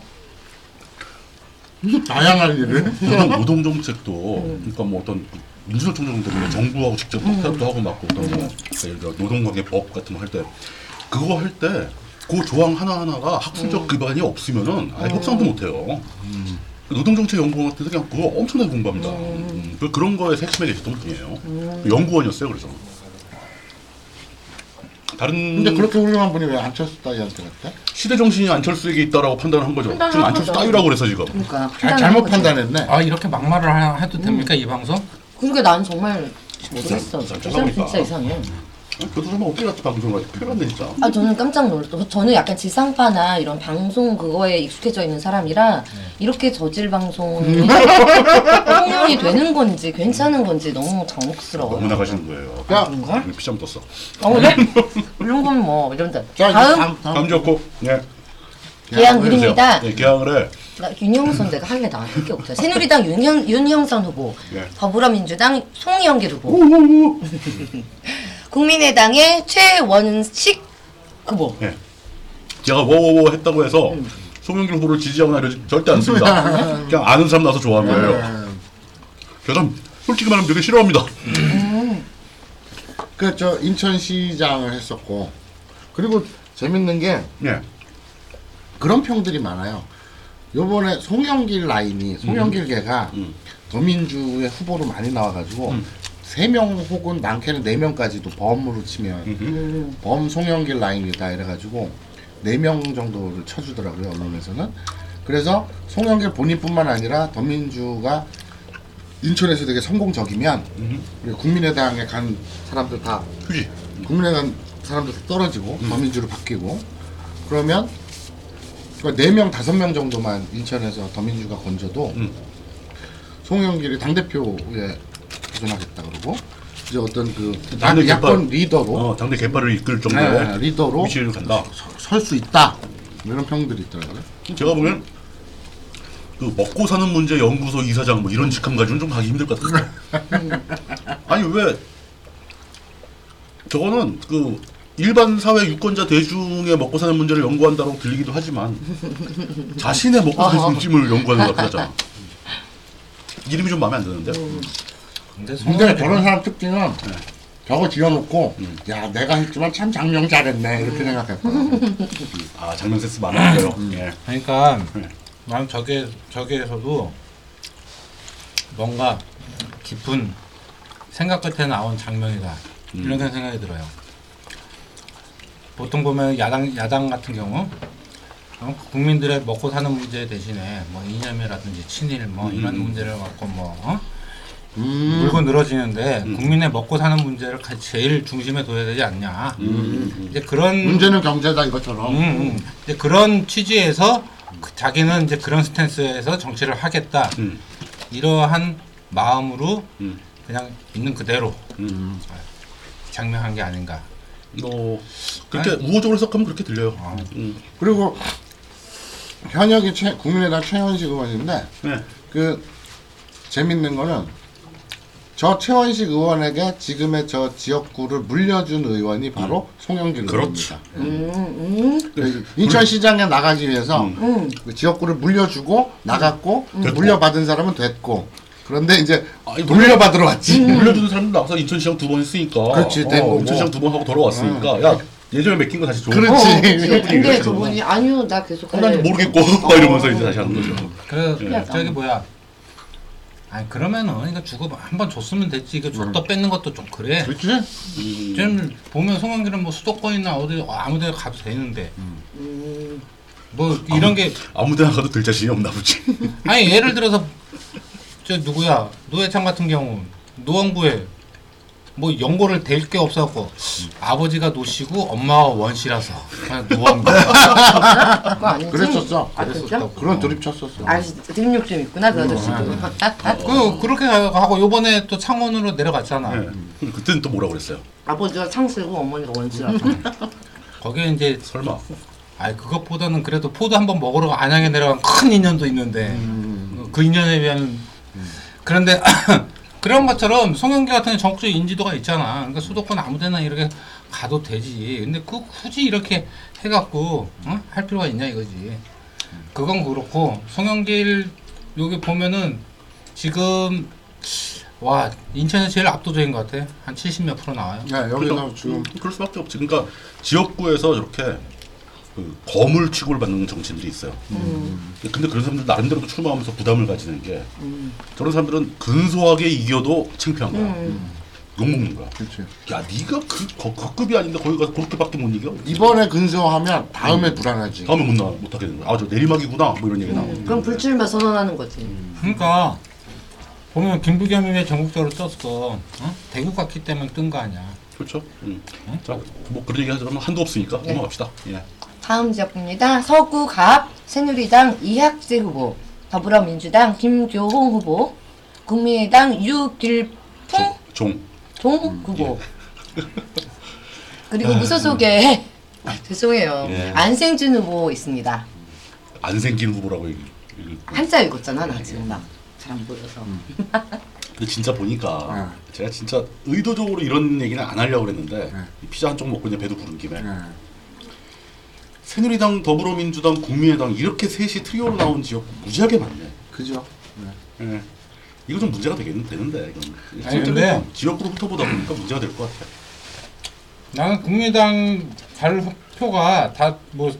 Speaker 2: 다양한 일을.
Speaker 3: 그런 노동 정책도 그러니까 뭐 어떤 민주노총 정도 때문에 정부하고 직접 막 협업도 하고 막 어떤 뭐 그러니까 예를 들어 노동관계 법 같은 거 할 때 그거 할 때 그 조항 하나 하나가 학술적 기반이 없으면은 아예 협상도 못 해요. 노동정책 연구원 같은 데서 그냥 그거 엄청나게 공부합니다. 음. 그- 그런 거에 핵심에 계셨던 분이에요. 연구원이었어요, 그래서. 다른
Speaker 2: 근데 그렇게 훌륭한 분이 왜 안철수 따위한테 갔대?
Speaker 3: 시대 정신이 안철수에게 있다라고 판단을 한 거죠.
Speaker 1: 판단을
Speaker 3: 지금
Speaker 1: 한
Speaker 3: 안철수
Speaker 1: 거죠.
Speaker 3: 따위라고 그래서 지금.
Speaker 1: 그러니까
Speaker 2: 잘, 잘못
Speaker 1: 판단하는 거지.
Speaker 2: 판단했네.
Speaker 4: 아 이렇게 막말을 하- 해도 됩니까 이 방송?
Speaker 1: 그러니까 난 정말
Speaker 3: 진짜,
Speaker 1: 모르겠어.
Speaker 3: 진짜
Speaker 1: 이 사람 진짜
Speaker 3: 짜증나니까.
Speaker 1: 이상해.
Speaker 3: 교수님은 어떻게 갔다 방송을 하지? 큰일 났네, 진짜.
Speaker 1: 아 저는 깜짝 놀랐어. 저는 약간 지상파나 이런 방송 그거에 익숙해져 있는 사람이라 이렇게 저질 방송이 통용이 되는 건지 괜찮은 건지 너무 당혹스러워요.
Speaker 3: 너무 나가시는 거예요.
Speaker 2: 어.
Speaker 3: 아,
Speaker 2: 야,
Speaker 1: 그런가?
Speaker 3: 피자 떴어.
Speaker 1: 어 그래? 이런 건 뭐 이런다.
Speaker 2: 자, 이제
Speaker 1: 다음
Speaker 2: 다음,
Speaker 3: 다음 좋고. 네.
Speaker 1: 계양
Speaker 2: 보여주세요.
Speaker 1: 드립니다.
Speaker 3: 네, 계약을 해.
Speaker 1: 나 윤영선 내가 할래 나 할게 없어요. 새누리당 윤형 윤형선 후보,
Speaker 2: 네.
Speaker 3: 예.
Speaker 1: 더불어민주당 송영길 후보,
Speaker 6: *laughs*
Speaker 1: 국민의당의 최원식 후보.
Speaker 3: 예. 제가 워워워 했다고 해서
Speaker 2: 음.
Speaker 3: 송영길 후보를 지지하거나 이러지 절대 않습니다. 그냥 아는 사람 나서 좋아한 거예요.
Speaker 2: 네.
Speaker 3: 저는 솔직히 말하면 되게 싫어합니다.
Speaker 2: 그저 인천시장을 했었고 그리고 재밌는 게
Speaker 3: 예.
Speaker 2: 그런 평들이 많아요. 요번에 송영길 라인이 송영길 계가
Speaker 3: 음.
Speaker 2: 더민주의 후보로 많이 나와가지고 세 명 혹은 많게는 네 명까지도 범으로 치면 범 송영길 라인이다 이래가지고 네 명 정도를 쳐주더라고요 언론에서는. 그래서 송영길 본인뿐만 아니라 더민주가 인천에서 되게 성공적이면 우리 국민의당에 간 사람들 다
Speaker 3: 휴지.
Speaker 2: 국민의당 사람들 다 떨어지고 더민주로 바뀌고 그러면 그러니까 4명, 5명 정도만 인천에서 더민주가 건져도
Speaker 3: 음.
Speaker 2: 송영길이 당대표에 도전하겠다 그러고 이제 어떤 그
Speaker 3: 당대
Speaker 2: 야권
Speaker 3: 깃발.
Speaker 2: 리더로
Speaker 3: 어, 당대 개파를 이끌 정도의
Speaker 2: 네, 네, 뭐? 리더로
Speaker 3: 위치를 간다.
Speaker 2: 설 수 있다 이런 평들이 있더라고요
Speaker 3: 제가 보면 그 먹고 사는 문제 연구소 이사장 뭐 이런 직함 가지고는 좀 가기 힘들 것 같아요. 아니 왜 저거는 그 일반 사회 유권자 대중의 먹고 사는 문제를 연구한다고 들리기도 하지만 자신의 먹고 사는 중심을 연구하는 것 같잖아. 이름이 좀 마음에 안 드는데.
Speaker 4: 근데
Speaker 2: 근데
Speaker 4: 송영길
Speaker 2: 저런 사람 특징은 저거 지어놓고 야 내가 했지만 참 장명 잘했네 이렇게 생각했거든요
Speaker 3: 아 장면 센스 많았어요. 예.
Speaker 4: 그러니까
Speaker 3: 네.
Speaker 4: 나는 저게 저게에서도 뭔가 깊은 생각 끝에 나온 장면이다
Speaker 2: 음.
Speaker 4: 이런 생각이 들어요. 보통 보면 야당 야당 같은 경우 어, 국민들의 먹고 사는 문제 대신에 뭐 이념이라든지 친일
Speaker 2: 음,
Speaker 4: 뭐 이런 문제를 갖고 뭐 어? 물고 늘어지는데
Speaker 2: 음.
Speaker 4: 국민의 먹고 사는 문제를 가- 제일 중심에 둬야 되지 않냐 이제 그런
Speaker 2: 음, 문제는 경제다 이것처럼
Speaker 4: 음, 음. 이제 그런 취지에서 그 자기는 이제 그런 스탠스에서 정치를 하겠다
Speaker 3: 음.
Speaker 4: 이러한 마음으로
Speaker 3: 음.
Speaker 4: 그냥 있는 그대로
Speaker 3: 음.
Speaker 4: 장명한 게 아닌가.
Speaker 3: 뭐 그렇게 우호적으로 해석하면 그렇게 들려요. 음.
Speaker 2: 그리고 현역이 최, 국민의당 최현식 의원인데
Speaker 3: 네.
Speaker 2: 그 재밌는 거는 저 최원식 의원에게 지금의 저 지역구를 물려준 의원이 바로 송영길
Speaker 3: 그렇죠.
Speaker 2: 의원입니다. 음. 인천시장에 나가기 위해서 그 지역구를 물려주고 나갔고 물려받은 사람은 됐고 그런데 이제
Speaker 3: 아니,
Speaker 2: 물려받으러 왔지.
Speaker 3: *laughs* 물려주는 사람도 나가서 인천시장 두 번 했으니까.
Speaker 2: 그렇지, 된
Speaker 3: 어,
Speaker 2: 거고. 음.
Speaker 3: 인천시장 두 번 하고 돌아왔으니까. 야 예전에 맡긴 거 다시 줘.
Speaker 2: 그렇지.
Speaker 6: 어,
Speaker 2: 네, 그분이
Speaker 6: 근데
Speaker 2: 그랬어.
Speaker 6: 그분이 아니요 나 계속
Speaker 3: 어, 난
Speaker 6: 할래.
Speaker 3: 모르겠고
Speaker 2: 네.
Speaker 3: *laughs* 막 이러면서 이제 다시 하는
Speaker 2: 음.
Speaker 3: 거죠.
Speaker 4: 그래
Speaker 3: 예.
Speaker 4: 저기 뭐야 아니 그러면은 그러니까 주고 한 번 줬으면 됐지 이거 줬다 뺏는 것도 좀 그래
Speaker 2: 그렇지.
Speaker 4: 지금 보면 송영길은 뭐 수도권이나 어디 아무데 가도 되는데 뭐 이런 게
Speaker 3: 아무데나 가도 들 자신이 없나 보지.
Speaker 2: 음.
Speaker 4: 아니 예를 들어서 저 누구야 노회찬 같은 경우 노원구에 뭐 연고를 댈 게 없어갖고 아버지가 노시고 엄마가 원씨라서 그냥 노원구
Speaker 6: 그거 아니지?
Speaker 2: 그랬었어. 음.
Speaker 6: 아 진짜?
Speaker 2: 그런 드립 쳤었어.
Speaker 6: 아 진짜 능력 좀 있구나 그 아저씨도.
Speaker 4: 그 그렇게 하고 요번에 또 창원으로 내려갔잖아
Speaker 3: 예. 그럼 그때는 또 뭐라 그랬어요?
Speaker 6: 아버지가 창세고 어머니가
Speaker 2: *laughs*
Speaker 6: 원수라서.
Speaker 4: 거기에 이제
Speaker 3: 설마.
Speaker 4: 아이 그것보다는 그래도 포도 한 번 먹으러 안양에 내려간 큰 인연도 있는데 그 인연에 비하면 그런데 *coughs* 그런 것처럼 송영기 같은 정치 인지도가 있잖아. 그러니까 수도권 아무데나 이렇게 가도 되지. 근데 그 굳이 이렇게 해갖고 응? 할 필요가 있냐 이거지. 그건 그렇고 송영길 여기 보면은 지금 와 인천이 제일 압도적인 것 같아. 한 70 몇 프로 나와요.
Speaker 2: 야 네, 여기서
Speaker 3: 그러니까,
Speaker 2: 지금
Speaker 3: 음, 그럴 수밖에 없지. 그러니까 지역구에서 저렇게 그 거물 취급을 받는 정치인들이 있어요. 음. 근데 그런 사람들 나름대로 출마하면서 부담을 가지는 게 저런 사람들은 근소하게 이겨도 창피한 거야. 욕 먹는 거야.
Speaker 2: 그렇지.
Speaker 3: 야, 네가 그, 거, 그 급이 아닌데 거기 가서 그렇게밖에 못 이겨?
Speaker 2: 이번에 근소하면 다음에 불안하지.
Speaker 3: 다음에 못 나, 못 하게 되는 거야. 아, 저 내리막이구나. 뭐 이런 얘기 나오고.
Speaker 4: 음.
Speaker 6: 그럼 불출마 선언하는 거지.
Speaker 4: 그러니까 보면 김부겸이 왜 전국적으로 떴어? 어? 대구 갔기 때문에 뜬 거 아니야?
Speaker 3: 그렇죠. 음.
Speaker 4: 네.
Speaker 3: 자, 뭐 그런 얘기 하자면 한도 없으니까 넘어갑시다. 예.
Speaker 1: 다음 지역구입니다. 서구갑 새누리당 이학재 후보, 더불어민주당 김교홍 후보, 국민의당 유길풍
Speaker 3: 종.
Speaker 1: 종 후보. 그리고 무소속에 죄송해요.
Speaker 3: 예.
Speaker 1: 안생준 후보 있습니다.
Speaker 3: 안 생긴 후보라고 얘기. 얘기-
Speaker 1: 한자 읽었잖아 나 지금 막.
Speaker 6: 잘 안 보여서.
Speaker 3: 근데 진짜 보니까
Speaker 4: 네.
Speaker 3: 제가 진짜 의도적으로 이런 얘기는 안 하려고 그랬는데 이 피자 한쪽 먹고 그냥 배도 부른 김에
Speaker 4: 네.
Speaker 2: 예.
Speaker 3: 새누리당, 더불어민주당, 국민의당 이렇게 셋이 트리오로 나온 지역 무지하게 많네.
Speaker 2: 그죠.
Speaker 3: 예. 이거 좀 문제가 되겠는 되는데 이건
Speaker 4: 네. 아니,
Speaker 3: 실제로
Speaker 4: 근데-
Speaker 3: 지역으로 훑어보다 보니까 문제가 될 것 같아.
Speaker 4: 나는 국민당 갈 표가 다 뭐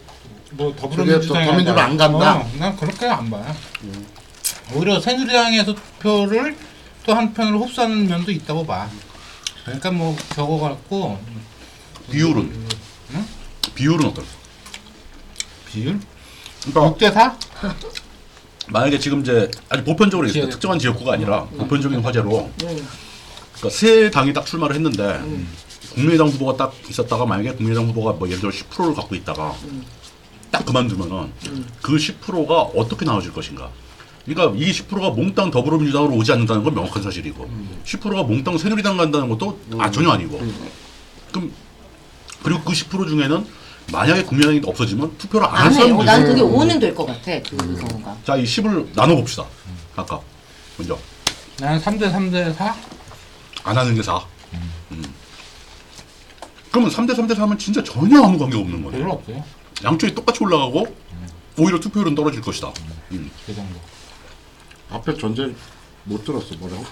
Speaker 4: 뭐 더불어민주당이
Speaker 2: 저게 또 더민주로 안 간다?
Speaker 4: 어, 난 그렇게 안 봐요. 오히려 새누리당에서 표를 또 한편으로 흡수하는 면도 있다고 봐. 그러니까 뭐 저거 갖고
Speaker 3: 비율은
Speaker 4: 응?
Speaker 3: 비율은 어떨까?
Speaker 4: 비율
Speaker 3: 그러니까
Speaker 4: 6대 4?
Speaker 3: 만약에 지금 이제 아주 보편적으로 이게
Speaker 4: 지역.
Speaker 3: 특정한 지역구가 아니라 보편적인 화제로 그러니까 세 당이 딱 출마를 했는데 국민의당 후보가 딱 있었다가 만약에 국민의당 후보가 뭐 예를 들어 10%를 갖고 있다가 딱 그만두면은 그 10%가 어떻게 나눠질 것인가? 그러니까 이 10%가 몽땅 더불어민주당으로 오지 않는다는 건 명확한 사실이고 10%가 몽땅 새누리당 간다는 것도 아 전혀 아니고 그럼 그리고 그 10% 중에는 만약에 국민의당이 없어지면 투표를 안 할
Speaker 1: 안 해요.
Speaker 3: 사람도
Speaker 1: 아, 네. 난
Speaker 3: 있어요.
Speaker 1: 그게 5는 될 것 같아. 그 경우가.
Speaker 3: 자, 이 10을 나눠 봅시다. 아까 먼저
Speaker 4: 나는 3대 3대 4?
Speaker 3: 안 하는 게 4. 음. 그러면 3대 3대 4면 진짜 전혀 아무 관계 없는 거네.
Speaker 4: 별로 없어요.
Speaker 3: 양쪽이 똑같이 올라가고 오히려 투표율은 떨어질 것이다. 음.
Speaker 4: 그 정도.
Speaker 2: 앞에 전제 못 들었어 뭐라고?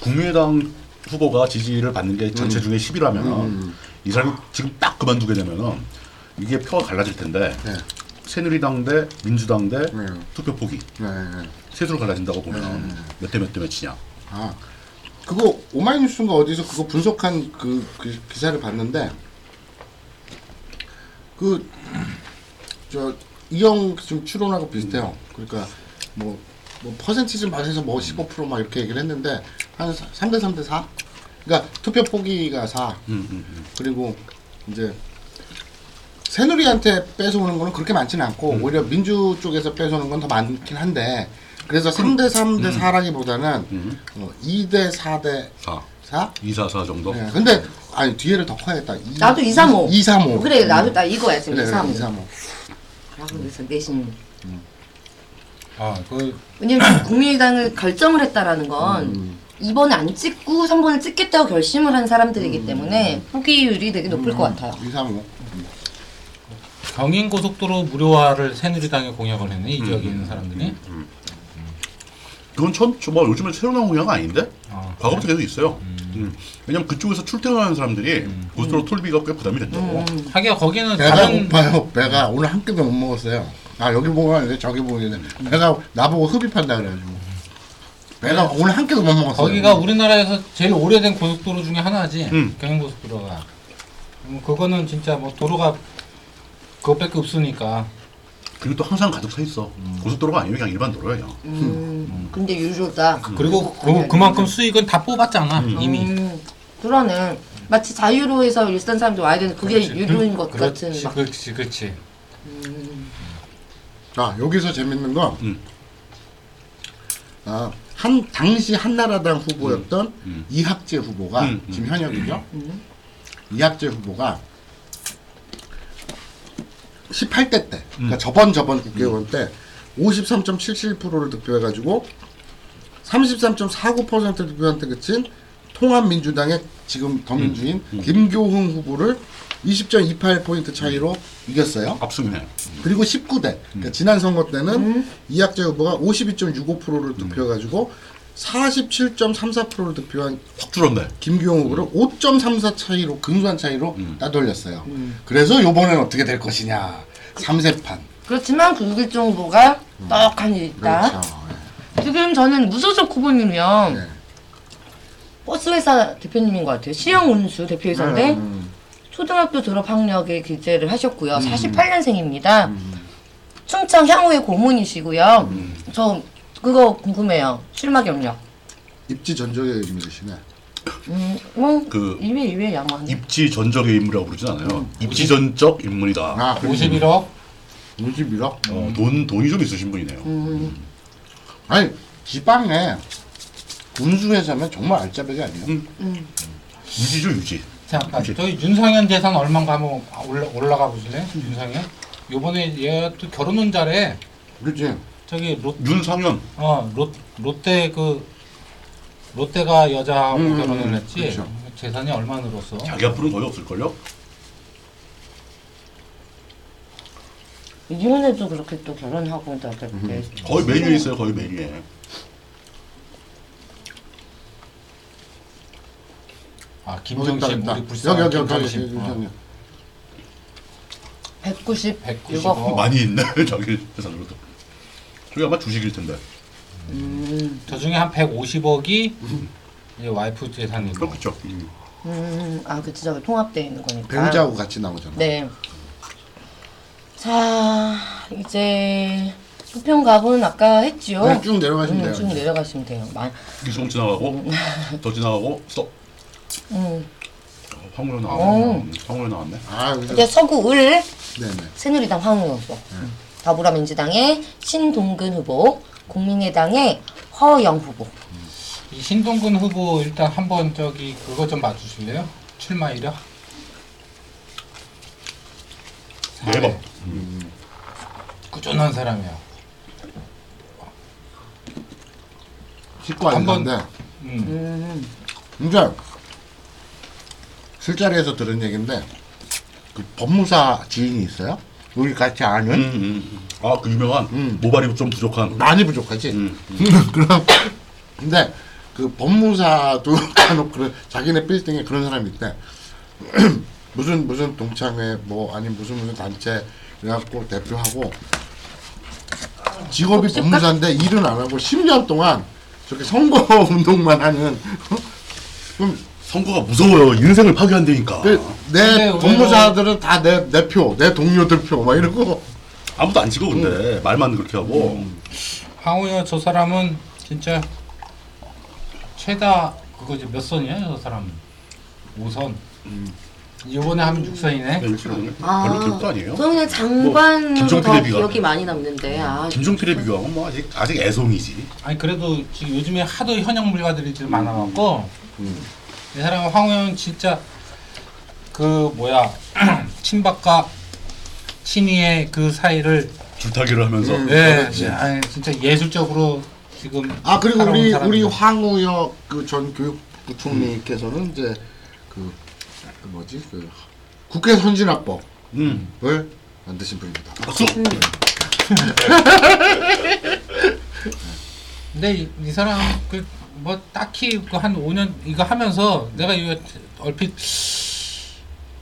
Speaker 3: 국민의당 후보가 지지를 받는 게 전체
Speaker 2: 음.
Speaker 3: 중에 10이라면 이 사람이 지금 딱 그만두게 되면은 이게 표가 갈라질 텐데
Speaker 2: 네.
Speaker 3: 새누리당 대 민주당 대
Speaker 2: 네.
Speaker 3: 투표 포기
Speaker 2: 네, 네. 네.
Speaker 3: 세수로 갈라진다고 보면 몇 대 몇 대 몇이냐.
Speaker 2: 아 그거 오마이뉴스인가 어디서 그거 분석한 그, 그 기사를 봤는데 그 저 이형 지금 추론하고 비슷해요. 그러니까 뭐. 뭐 퍼센티지 막 해서 뭐 15%막 이렇게 얘기를 했는데 한 3대 3대 4? 그러니까 투표 포기가 4
Speaker 3: 음, 음, 음.
Speaker 2: 그리고 이제 새누리한테 뺏어오는 거는 그렇게 많지는 않고
Speaker 4: 음.
Speaker 2: 오히려 민주 쪽에서 뺏어오는 건 더 많긴 한데 그래서 3대 3대
Speaker 4: 음.
Speaker 2: 4라기보다는 어, 2대 4대
Speaker 3: 4.
Speaker 2: 4?
Speaker 3: 2, 4, 4 정도.
Speaker 2: 예, 근데 아니 뒤에를 더 커야겠다. 이- 음.
Speaker 1: 나도 2, 3, 5.
Speaker 2: 2, 3, 5.
Speaker 1: 그래 나도 나 이거야 지금 2, 3, 5.
Speaker 2: 2, 3, 5.
Speaker 1: 그래서 내신
Speaker 4: 아, 그
Speaker 1: 왜냐면 지금 국민의당을 결정을 했다라는
Speaker 4: 음.
Speaker 1: 건 2번을 안 찍고 3번을 찍겠다고 결심을 한
Speaker 4: 음.
Speaker 1: 사람들이기 때문에 포기율이 되게 높을 것 같아요.
Speaker 2: 음, 이상으로.
Speaker 4: 경인 고속도로 무료화를 새누리당에 공약을 했네 이
Speaker 2: 음,
Speaker 4: 지역에 있는 사람들이.
Speaker 3: 그건 처음, 저- 뭐 요즘에 새로 나온 공약 아닌데?
Speaker 4: 아,
Speaker 3: 과거부터 계속 있어요. 음. 왜냐면 그쪽에서 출퇴근하는 사람들이 고스도로 톨비가 꽤 부담이 된다고.
Speaker 4: 하기야 거기는
Speaker 2: 배가
Speaker 4: 다른
Speaker 2: 고파요. 배가 오늘 한 끼도 못 먹었어요. 아 여기 보면 이제 저기 보면
Speaker 4: 음.
Speaker 2: 배가 나보고 흡입한다 그래가지고 배가 오늘 한 끼도 못 먹었어요.
Speaker 4: 네. 거기가 우리나라에서 제일 오래된 고속도로 중에 하나지.
Speaker 3: 음.
Speaker 4: 경인 고속도로가. 음, 그거는 진짜 뭐 도로가 그것밖에 없으니까.
Speaker 3: 그리고 또 항상 가득 차 있어. 고속도로가 아니에요. 그냥 일반 도로예요. 그냥.
Speaker 1: 음, 근데 유료다.
Speaker 2: 음.
Speaker 4: 그리고 그, 그만큼 수익은 다 뽑았잖아 이미.
Speaker 1: 음, 그러네. 마치 자유로에서 일산 사람들 와야 되는 그게 유료인 것 같은
Speaker 4: 음. 그렇지,
Speaker 1: 막
Speaker 4: 그렇지, 그렇지.
Speaker 2: 아 여기서 재밌는 건,
Speaker 3: 음.
Speaker 2: 아, 한 당시 한나라당 후보였던
Speaker 3: 음.
Speaker 2: 이학재 후보가
Speaker 3: 음, 음.
Speaker 2: 지금 현역이죠. 이학재 후보가 18대 때,
Speaker 3: 음.
Speaker 2: 그러니까 저번 저번 국회의원 때 53.77%를 득표해가지고 33.49% 득표한테 그친 통합민주당의 지금 더민주인
Speaker 3: 음,
Speaker 2: 김교흥 후보를 20.28포인트 차이로
Speaker 3: 음.
Speaker 2: 이겼어요.
Speaker 3: 압승이네.
Speaker 2: 그리고 19대
Speaker 4: 음.
Speaker 2: 그러니까 지난 선거 때는
Speaker 1: 음.
Speaker 2: 이학재 후보가 52.65%를 득표해가지고 47.34%를 득표한
Speaker 3: 확 줄었네.
Speaker 2: 김기용 후보를
Speaker 4: 음.
Speaker 2: 5.34 차이로 근소한 차이로 따돌렸어요.
Speaker 1: 음.
Speaker 2: 그래서 요번엔 어떻게 될 것이냐 3세판
Speaker 1: 그렇지만 그 일종 후보가
Speaker 4: 음.
Speaker 1: 떡하니 있다.
Speaker 2: 그렇죠.
Speaker 4: 그렇죠.
Speaker 7: 지금 저는 무소속 후보님이요.
Speaker 2: 네.
Speaker 1: 버스 회사 대표님인 것 같아요. 시영 운수 대표이사인데
Speaker 4: 음.
Speaker 2: 네.
Speaker 1: 초등학교 졸업 학력에 기재를 하셨고요.
Speaker 2: 음.
Speaker 1: 48년생입니다. 충청 향후의 고문이시고요.
Speaker 2: 음.
Speaker 1: 저 그거 궁금해요. 출마 경력.
Speaker 2: 입지 전적의 인물이시네.
Speaker 1: 음, 뭐
Speaker 3: 그-
Speaker 1: 이외 이외 양호하네.
Speaker 3: 입지 전적의 인물이라고 그러진 않아요. 입지 전적 인물이다.
Speaker 2: 아
Speaker 4: 51억.
Speaker 2: 51억?
Speaker 3: 어, 돈 돈이 좀 있으신 분이네요.
Speaker 2: 아니 지방에 군수회사면 정말 알짜배기 아니에요?
Speaker 3: 유지죠 유지.
Speaker 4: 자, 아까 저희 윤상현 재산 얼마인가 한번 올라, 올라가 보실래요?
Speaker 2: 음.
Speaker 4: 윤상현? 요번에 얘 또 결혼은 잘해.
Speaker 2: 그렇지.
Speaker 4: 저기 롯,
Speaker 3: 윤상현
Speaker 4: 어, 롯, 롯데 그 롯데가 여자하고
Speaker 2: 음, 음,
Speaker 4: 결혼을 했지.
Speaker 2: 그렇죠.
Speaker 4: 재산이 얼마 늘었어?
Speaker 3: 자기 앞으로는 거의 없을걸요.
Speaker 1: 이혼해도 그렇게 또 결혼하고 다
Speaker 2: 음.
Speaker 1: 그렇게
Speaker 3: 거의 메뉴에 있어요. 거의 메뉴에.
Speaker 4: 아,
Speaker 2: 여기 있다,
Speaker 4: 김정식
Speaker 2: 있다.
Speaker 4: 우리 불쌍
Speaker 2: 여기 여기 여기 여기
Speaker 4: 김정식. 어.
Speaker 2: 여기.
Speaker 1: 190
Speaker 4: 190
Speaker 1: 육억.
Speaker 4: 억.
Speaker 3: 많이 있네. *laughs* 자기 회사로도. 저게 아마 주식일 텐데.
Speaker 4: 저 중에 한 150억이
Speaker 2: 음.
Speaker 4: 이제 와이프 재산이고.
Speaker 3: 그렇겠죠. 음.
Speaker 1: 음, 아, 그 진짜 통합되어 있는 거니까.
Speaker 2: 배우자하고 같이 나오잖아.
Speaker 1: 네. 자, 이제 수평 가은 아까 했지요.
Speaker 2: 그냥 네, 쭉 내려가시면
Speaker 1: 음,
Speaker 2: 돼요.
Speaker 1: 쭉 내려가시면 돼요. 마,
Speaker 3: 이송 지나가고 더 지나가고 썩
Speaker 1: 음.
Speaker 3: 황우현 나왔네. 음, 황우현 나왔네.
Speaker 2: 아, 그래서
Speaker 1: 이제 서구 을
Speaker 2: 네네.
Speaker 1: 새누리당 황우 후보, 더불어민주당의 신동근 후보, 국민의당의 허영 후보.
Speaker 4: 이 신동근 후보 일단 한번 저기 그거 좀 봐주실래요? 출마 이력?
Speaker 3: 네번
Speaker 4: 사회. 꾸준한 사람이야.
Speaker 2: 씻고
Speaker 4: 한 번-
Speaker 2: 앉는데
Speaker 4: 음.
Speaker 2: 이제 술자리에서 들은 얘기인데 그 법무사 지인이 있어요? 우리 같이 아는
Speaker 3: 음, 음. 아그 유명한
Speaker 2: 음.
Speaker 3: 모발이 좀 부족한.
Speaker 2: 많이 부족하지.
Speaker 3: 음.
Speaker 2: *laughs* 그럼 근데 그 법무사도 *laughs* 간혹 그런 자기네 빌딩에 그런 사람이 있대. *clears throat* 무슨 무슨 동창회 뭐 아니 무슨 무슨 단체 그래갖고 대표하고 직업이 법무사인데 일은 안 하고 10년 동안 저렇게 선거 *laughs* 운동만 하는 어? 그럼
Speaker 3: 선거가 무서워요. 인생을 파괴한다니까.
Speaker 2: 내, 그 내
Speaker 4: 근데
Speaker 2: 동무사들은 다 내 내 표, 내 동료들 표 막 이러고
Speaker 3: 아무도 안 찍어 근데 말만 그렇게 하고.
Speaker 4: 황우여 저 사람은 진짜 최다 그거지 몇 선이야 저 사람? 5선.
Speaker 2: 음.
Speaker 4: 이번에 하면 6선이네.
Speaker 3: 그냥 이렇게 오늘 별로 기록도 아니에요.
Speaker 7: 저는
Speaker 3: 뭐,
Speaker 7: 장관으로
Speaker 3: 김종필의
Speaker 7: 더
Speaker 3: 비가. 음,
Speaker 7: 기억이 많이 남는데 아,
Speaker 3: 김종필에 비교하면 뭐 아직 아직 애송이지.
Speaker 4: 아니 그래도 지금 요즘에 하도 현역 물가들이 좀 많아갖고
Speaker 2: 음.
Speaker 4: 이 사람은 황우영 진짜 *clears throat* 그 뭐야 친박과 친위의 그 사이를
Speaker 3: 줄타기를 하면서
Speaker 2: 음,
Speaker 4: 예, 아, 진짜 예술적으로 지금
Speaker 2: 아 그리고
Speaker 4: 살아온 음.
Speaker 2: 우리 우리
Speaker 4: 사람들.
Speaker 2: 황우혁 그 전 교육부총리께서는 이제 그, 그 뭐지 그 국회 선진화법을
Speaker 3: 음.
Speaker 2: 만드신 분입니다.
Speaker 3: 박수.
Speaker 4: 근데 이, 이 사람 그 뭐 딱히 그 한 5년 이거 하면서 내가 이거 얼핏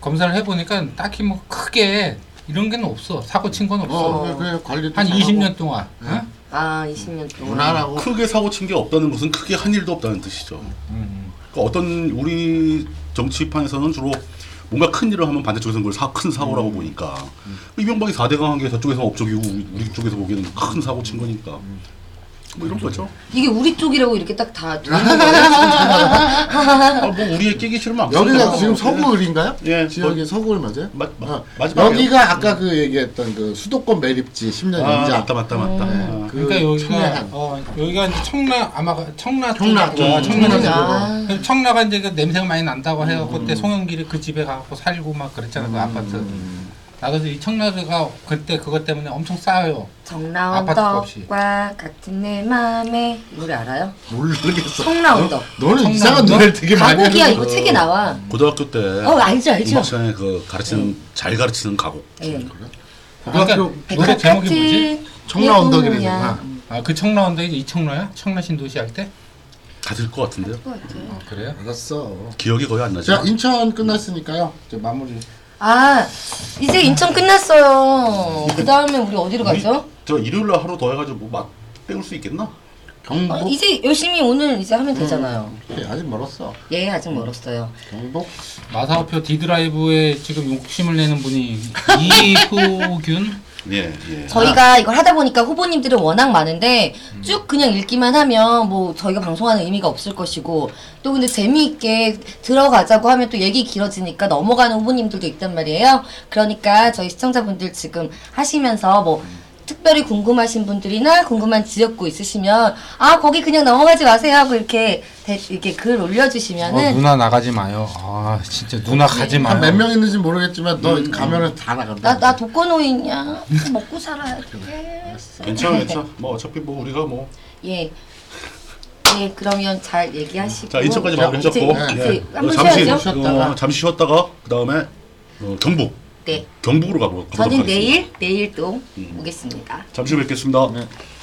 Speaker 4: 검사를 해보니까 딱히 뭐 크게 이런 게 없어 사고 친 건 없어
Speaker 2: 어, 그 관리도
Speaker 4: 한
Speaker 2: 잘하고
Speaker 4: 20년 음. 동안 어?
Speaker 1: 아 20년 동안
Speaker 2: 무난하고
Speaker 3: 크게 사고 친 게 없다는 것은 크게 한 일도 없다는 뜻이죠. 그러니까 어떤 우리 정치판에서는 주로 뭔가 큰 일을 하면 반대쪽에서는 그걸 사, 큰 사고라고 보니까 그 이명박이 4대강 한 게 저쪽에서 업적이고 우리, 우리 쪽에서 보기에는 큰 사고 친 거니까 뭐 이런 거죠.
Speaker 1: 이게 우리 쪽이라고 이렇게 딱다
Speaker 3: 아, 뭐 우리의 끼기 싫으면 안
Speaker 2: 여기가
Speaker 3: 쓰는
Speaker 2: 지금
Speaker 3: 거고.
Speaker 2: 서구을인가요?
Speaker 3: 예,
Speaker 2: 지역이
Speaker 3: 뭐-
Speaker 2: 서구을 맞아요?
Speaker 3: 마, 마,
Speaker 2: 어.
Speaker 3: 마지막에
Speaker 2: 여기가 아까
Speaker 4: 음.
Speaker 2: 그 얘기했던 그 수도권 매립지 10년
Speaker 3: 아,
Speaker 2: 연장.
Speaker 3: 맞다 맞다 맞다. 아.
Speaker 2: 그
Speaker 4: 그러니까 여기가
Speaker 2: 청량한.
Speaker 4: 어, 여기가 이제 청라 아마 그 청라 쪽
Speaker 2: 청라
Speaker 4: 같고,
Speaker 2: 쪽.
Speaker 4: 청라
Speaker 2: 청라
Speaker 4: 쪽.
Speaker 2: 쪽으로.
Speaker 4: 그래서 청라가 이제 그 냄새가 많이 난다고 해요. 그때 송영길이 그 집에 가고 살고 막 그랬잖아 그 아파트. 나도 이 청라가 그때 그것 때문에 엄청 싸요.
Speaker 1: 정라운
Speaker 4: 아파트 값이.
Speaker 1: 덕과 같은 내 맘에 노래 알아요?
Speaker 2: 모르겠어.
Speaker 1: 청라운 덕
Speaker 2: 너는
Speaker 4: 청라운동?
Speaker 2: 이상한 노래를 되게 많이
Speaker 1: 가곡이야 이거
Speaker 2: 하는구나.
Speaker 1: 책에 나와
Speaker 3: 아, 고등학교 때
Speaker 1: 어 알지 알지
Speaker 3: 음악 시간에 그 가르치는
Speaker 2: 음.
Speaker 3: 잘 가르치는 가곡.
Speaker 1: 예.
Speaker 4: 그러니까
Speaker 2: 고등학교
Speaker 4: 노래 제목이 뭐지?
Speaker 2: 청라 언덕이래서.
Speaker 1: 예쁘냐.
Speaker 2: 아,
Speaker 4: 아 그 청라 언덕이 이청라야? 청라 신도시 할 때?
Speaker 3: 같을 것 같은데요.
Speaker 4: 아, 그래요?
Speaker 2: 알았어.
Speaker 3: 기억이 거의 안 나죠.
Speaker 2: 음. 자 인천 끝났으니까요. 이제 마무리.
Speaker 1: 아 이제 인천 끝났어요 그 다음에 우리 어디로
Speaker 3: 우리-
Speaker 1: 가죠?
Speaker 3: 저 일요일 날 하루 더 해가지고 뭐맛 때울 수 있겠나?
Speaker 4: 어?
Speaker 1: 아,
Speaker 2: 경북.
Speaker 1: 이제 열심히 오늘 이제
Speaker 4: 음.
Speaker 1: 하면 되잖아요
Speaker 2: 오케이, 아직 멀었어.
Speaker 1: 예 아직 멀었어요
Speaker 2: 경북.
Speaker 4: 마사오표 디드라이브에 지금 욕심을 내는 분이 이소균?
Speaker 3: 예, 예.
Speaker 4: 아.
Speaker 1: 저희가 이걸 하다 보니까 후보님들은 워낙 많은데
Speaker 4: 음.
Speaker 1: 쭉 그냥 읽기만 하면 뭐 저희가 방송하는 의미가 없을 것이고 또 근데 재미있게 들어가자고 하면 또 얘기 길어지니까 넘어가는 후보님들도 있단 말이에요. 그러니까 저희 시청자분들 지금 하시면서 뭐
Speaker 4: 음.
Speaker 1: 특별히 궁금하신 분들이나 궁금한 지역구 있으시면 아 거기 그냥 넘어가지 마세요 하고 이렇게 대- 이렇게 글 올려주시면은
Speaker 4: 어, 누나 나가지 마요. 아 진짜 누나 가지
Speaker 2: 한 몇 명 있는지 모르겠지만 너 가면은 다 나간다.
Speaker 1: 나 나
Speaker 4: *laughs*
Speaker 1: 독거노인이야 먹고 살아야 돼.
Speaker 3: 괜찮아, 괜찮아. 뭐 어차피 뭐 우리가 뭐
Speaker 1: 예. 예, 그러면 잘 얘기하시고.
Speaker 3: 자, 인천까지
Speaker 1: 그럼
Speaker 3: 마무리해줬고
Speaker 1: 뭐 이제,
Speaker 3: 예.
Speaker 1: 이제 한번
Speaker 3: 잠시
Speaker 1: 쉬어야죠.
Speaker 2: 쉬었다가.
Speaker 3: 어, 잠시 쉬었다가 그 다음에 어, 경북,
Speaker 1: 네.
Speaker 3: 경북으로 가보. 가도록
Speaker 1: 저는
Speaker 3: 하겠습니다. 음.
Speaker 1: 내일 내일 또 오겠습니다.
Speaker 3: 잠시 뵙겠습니다.
Speaker 2: 네.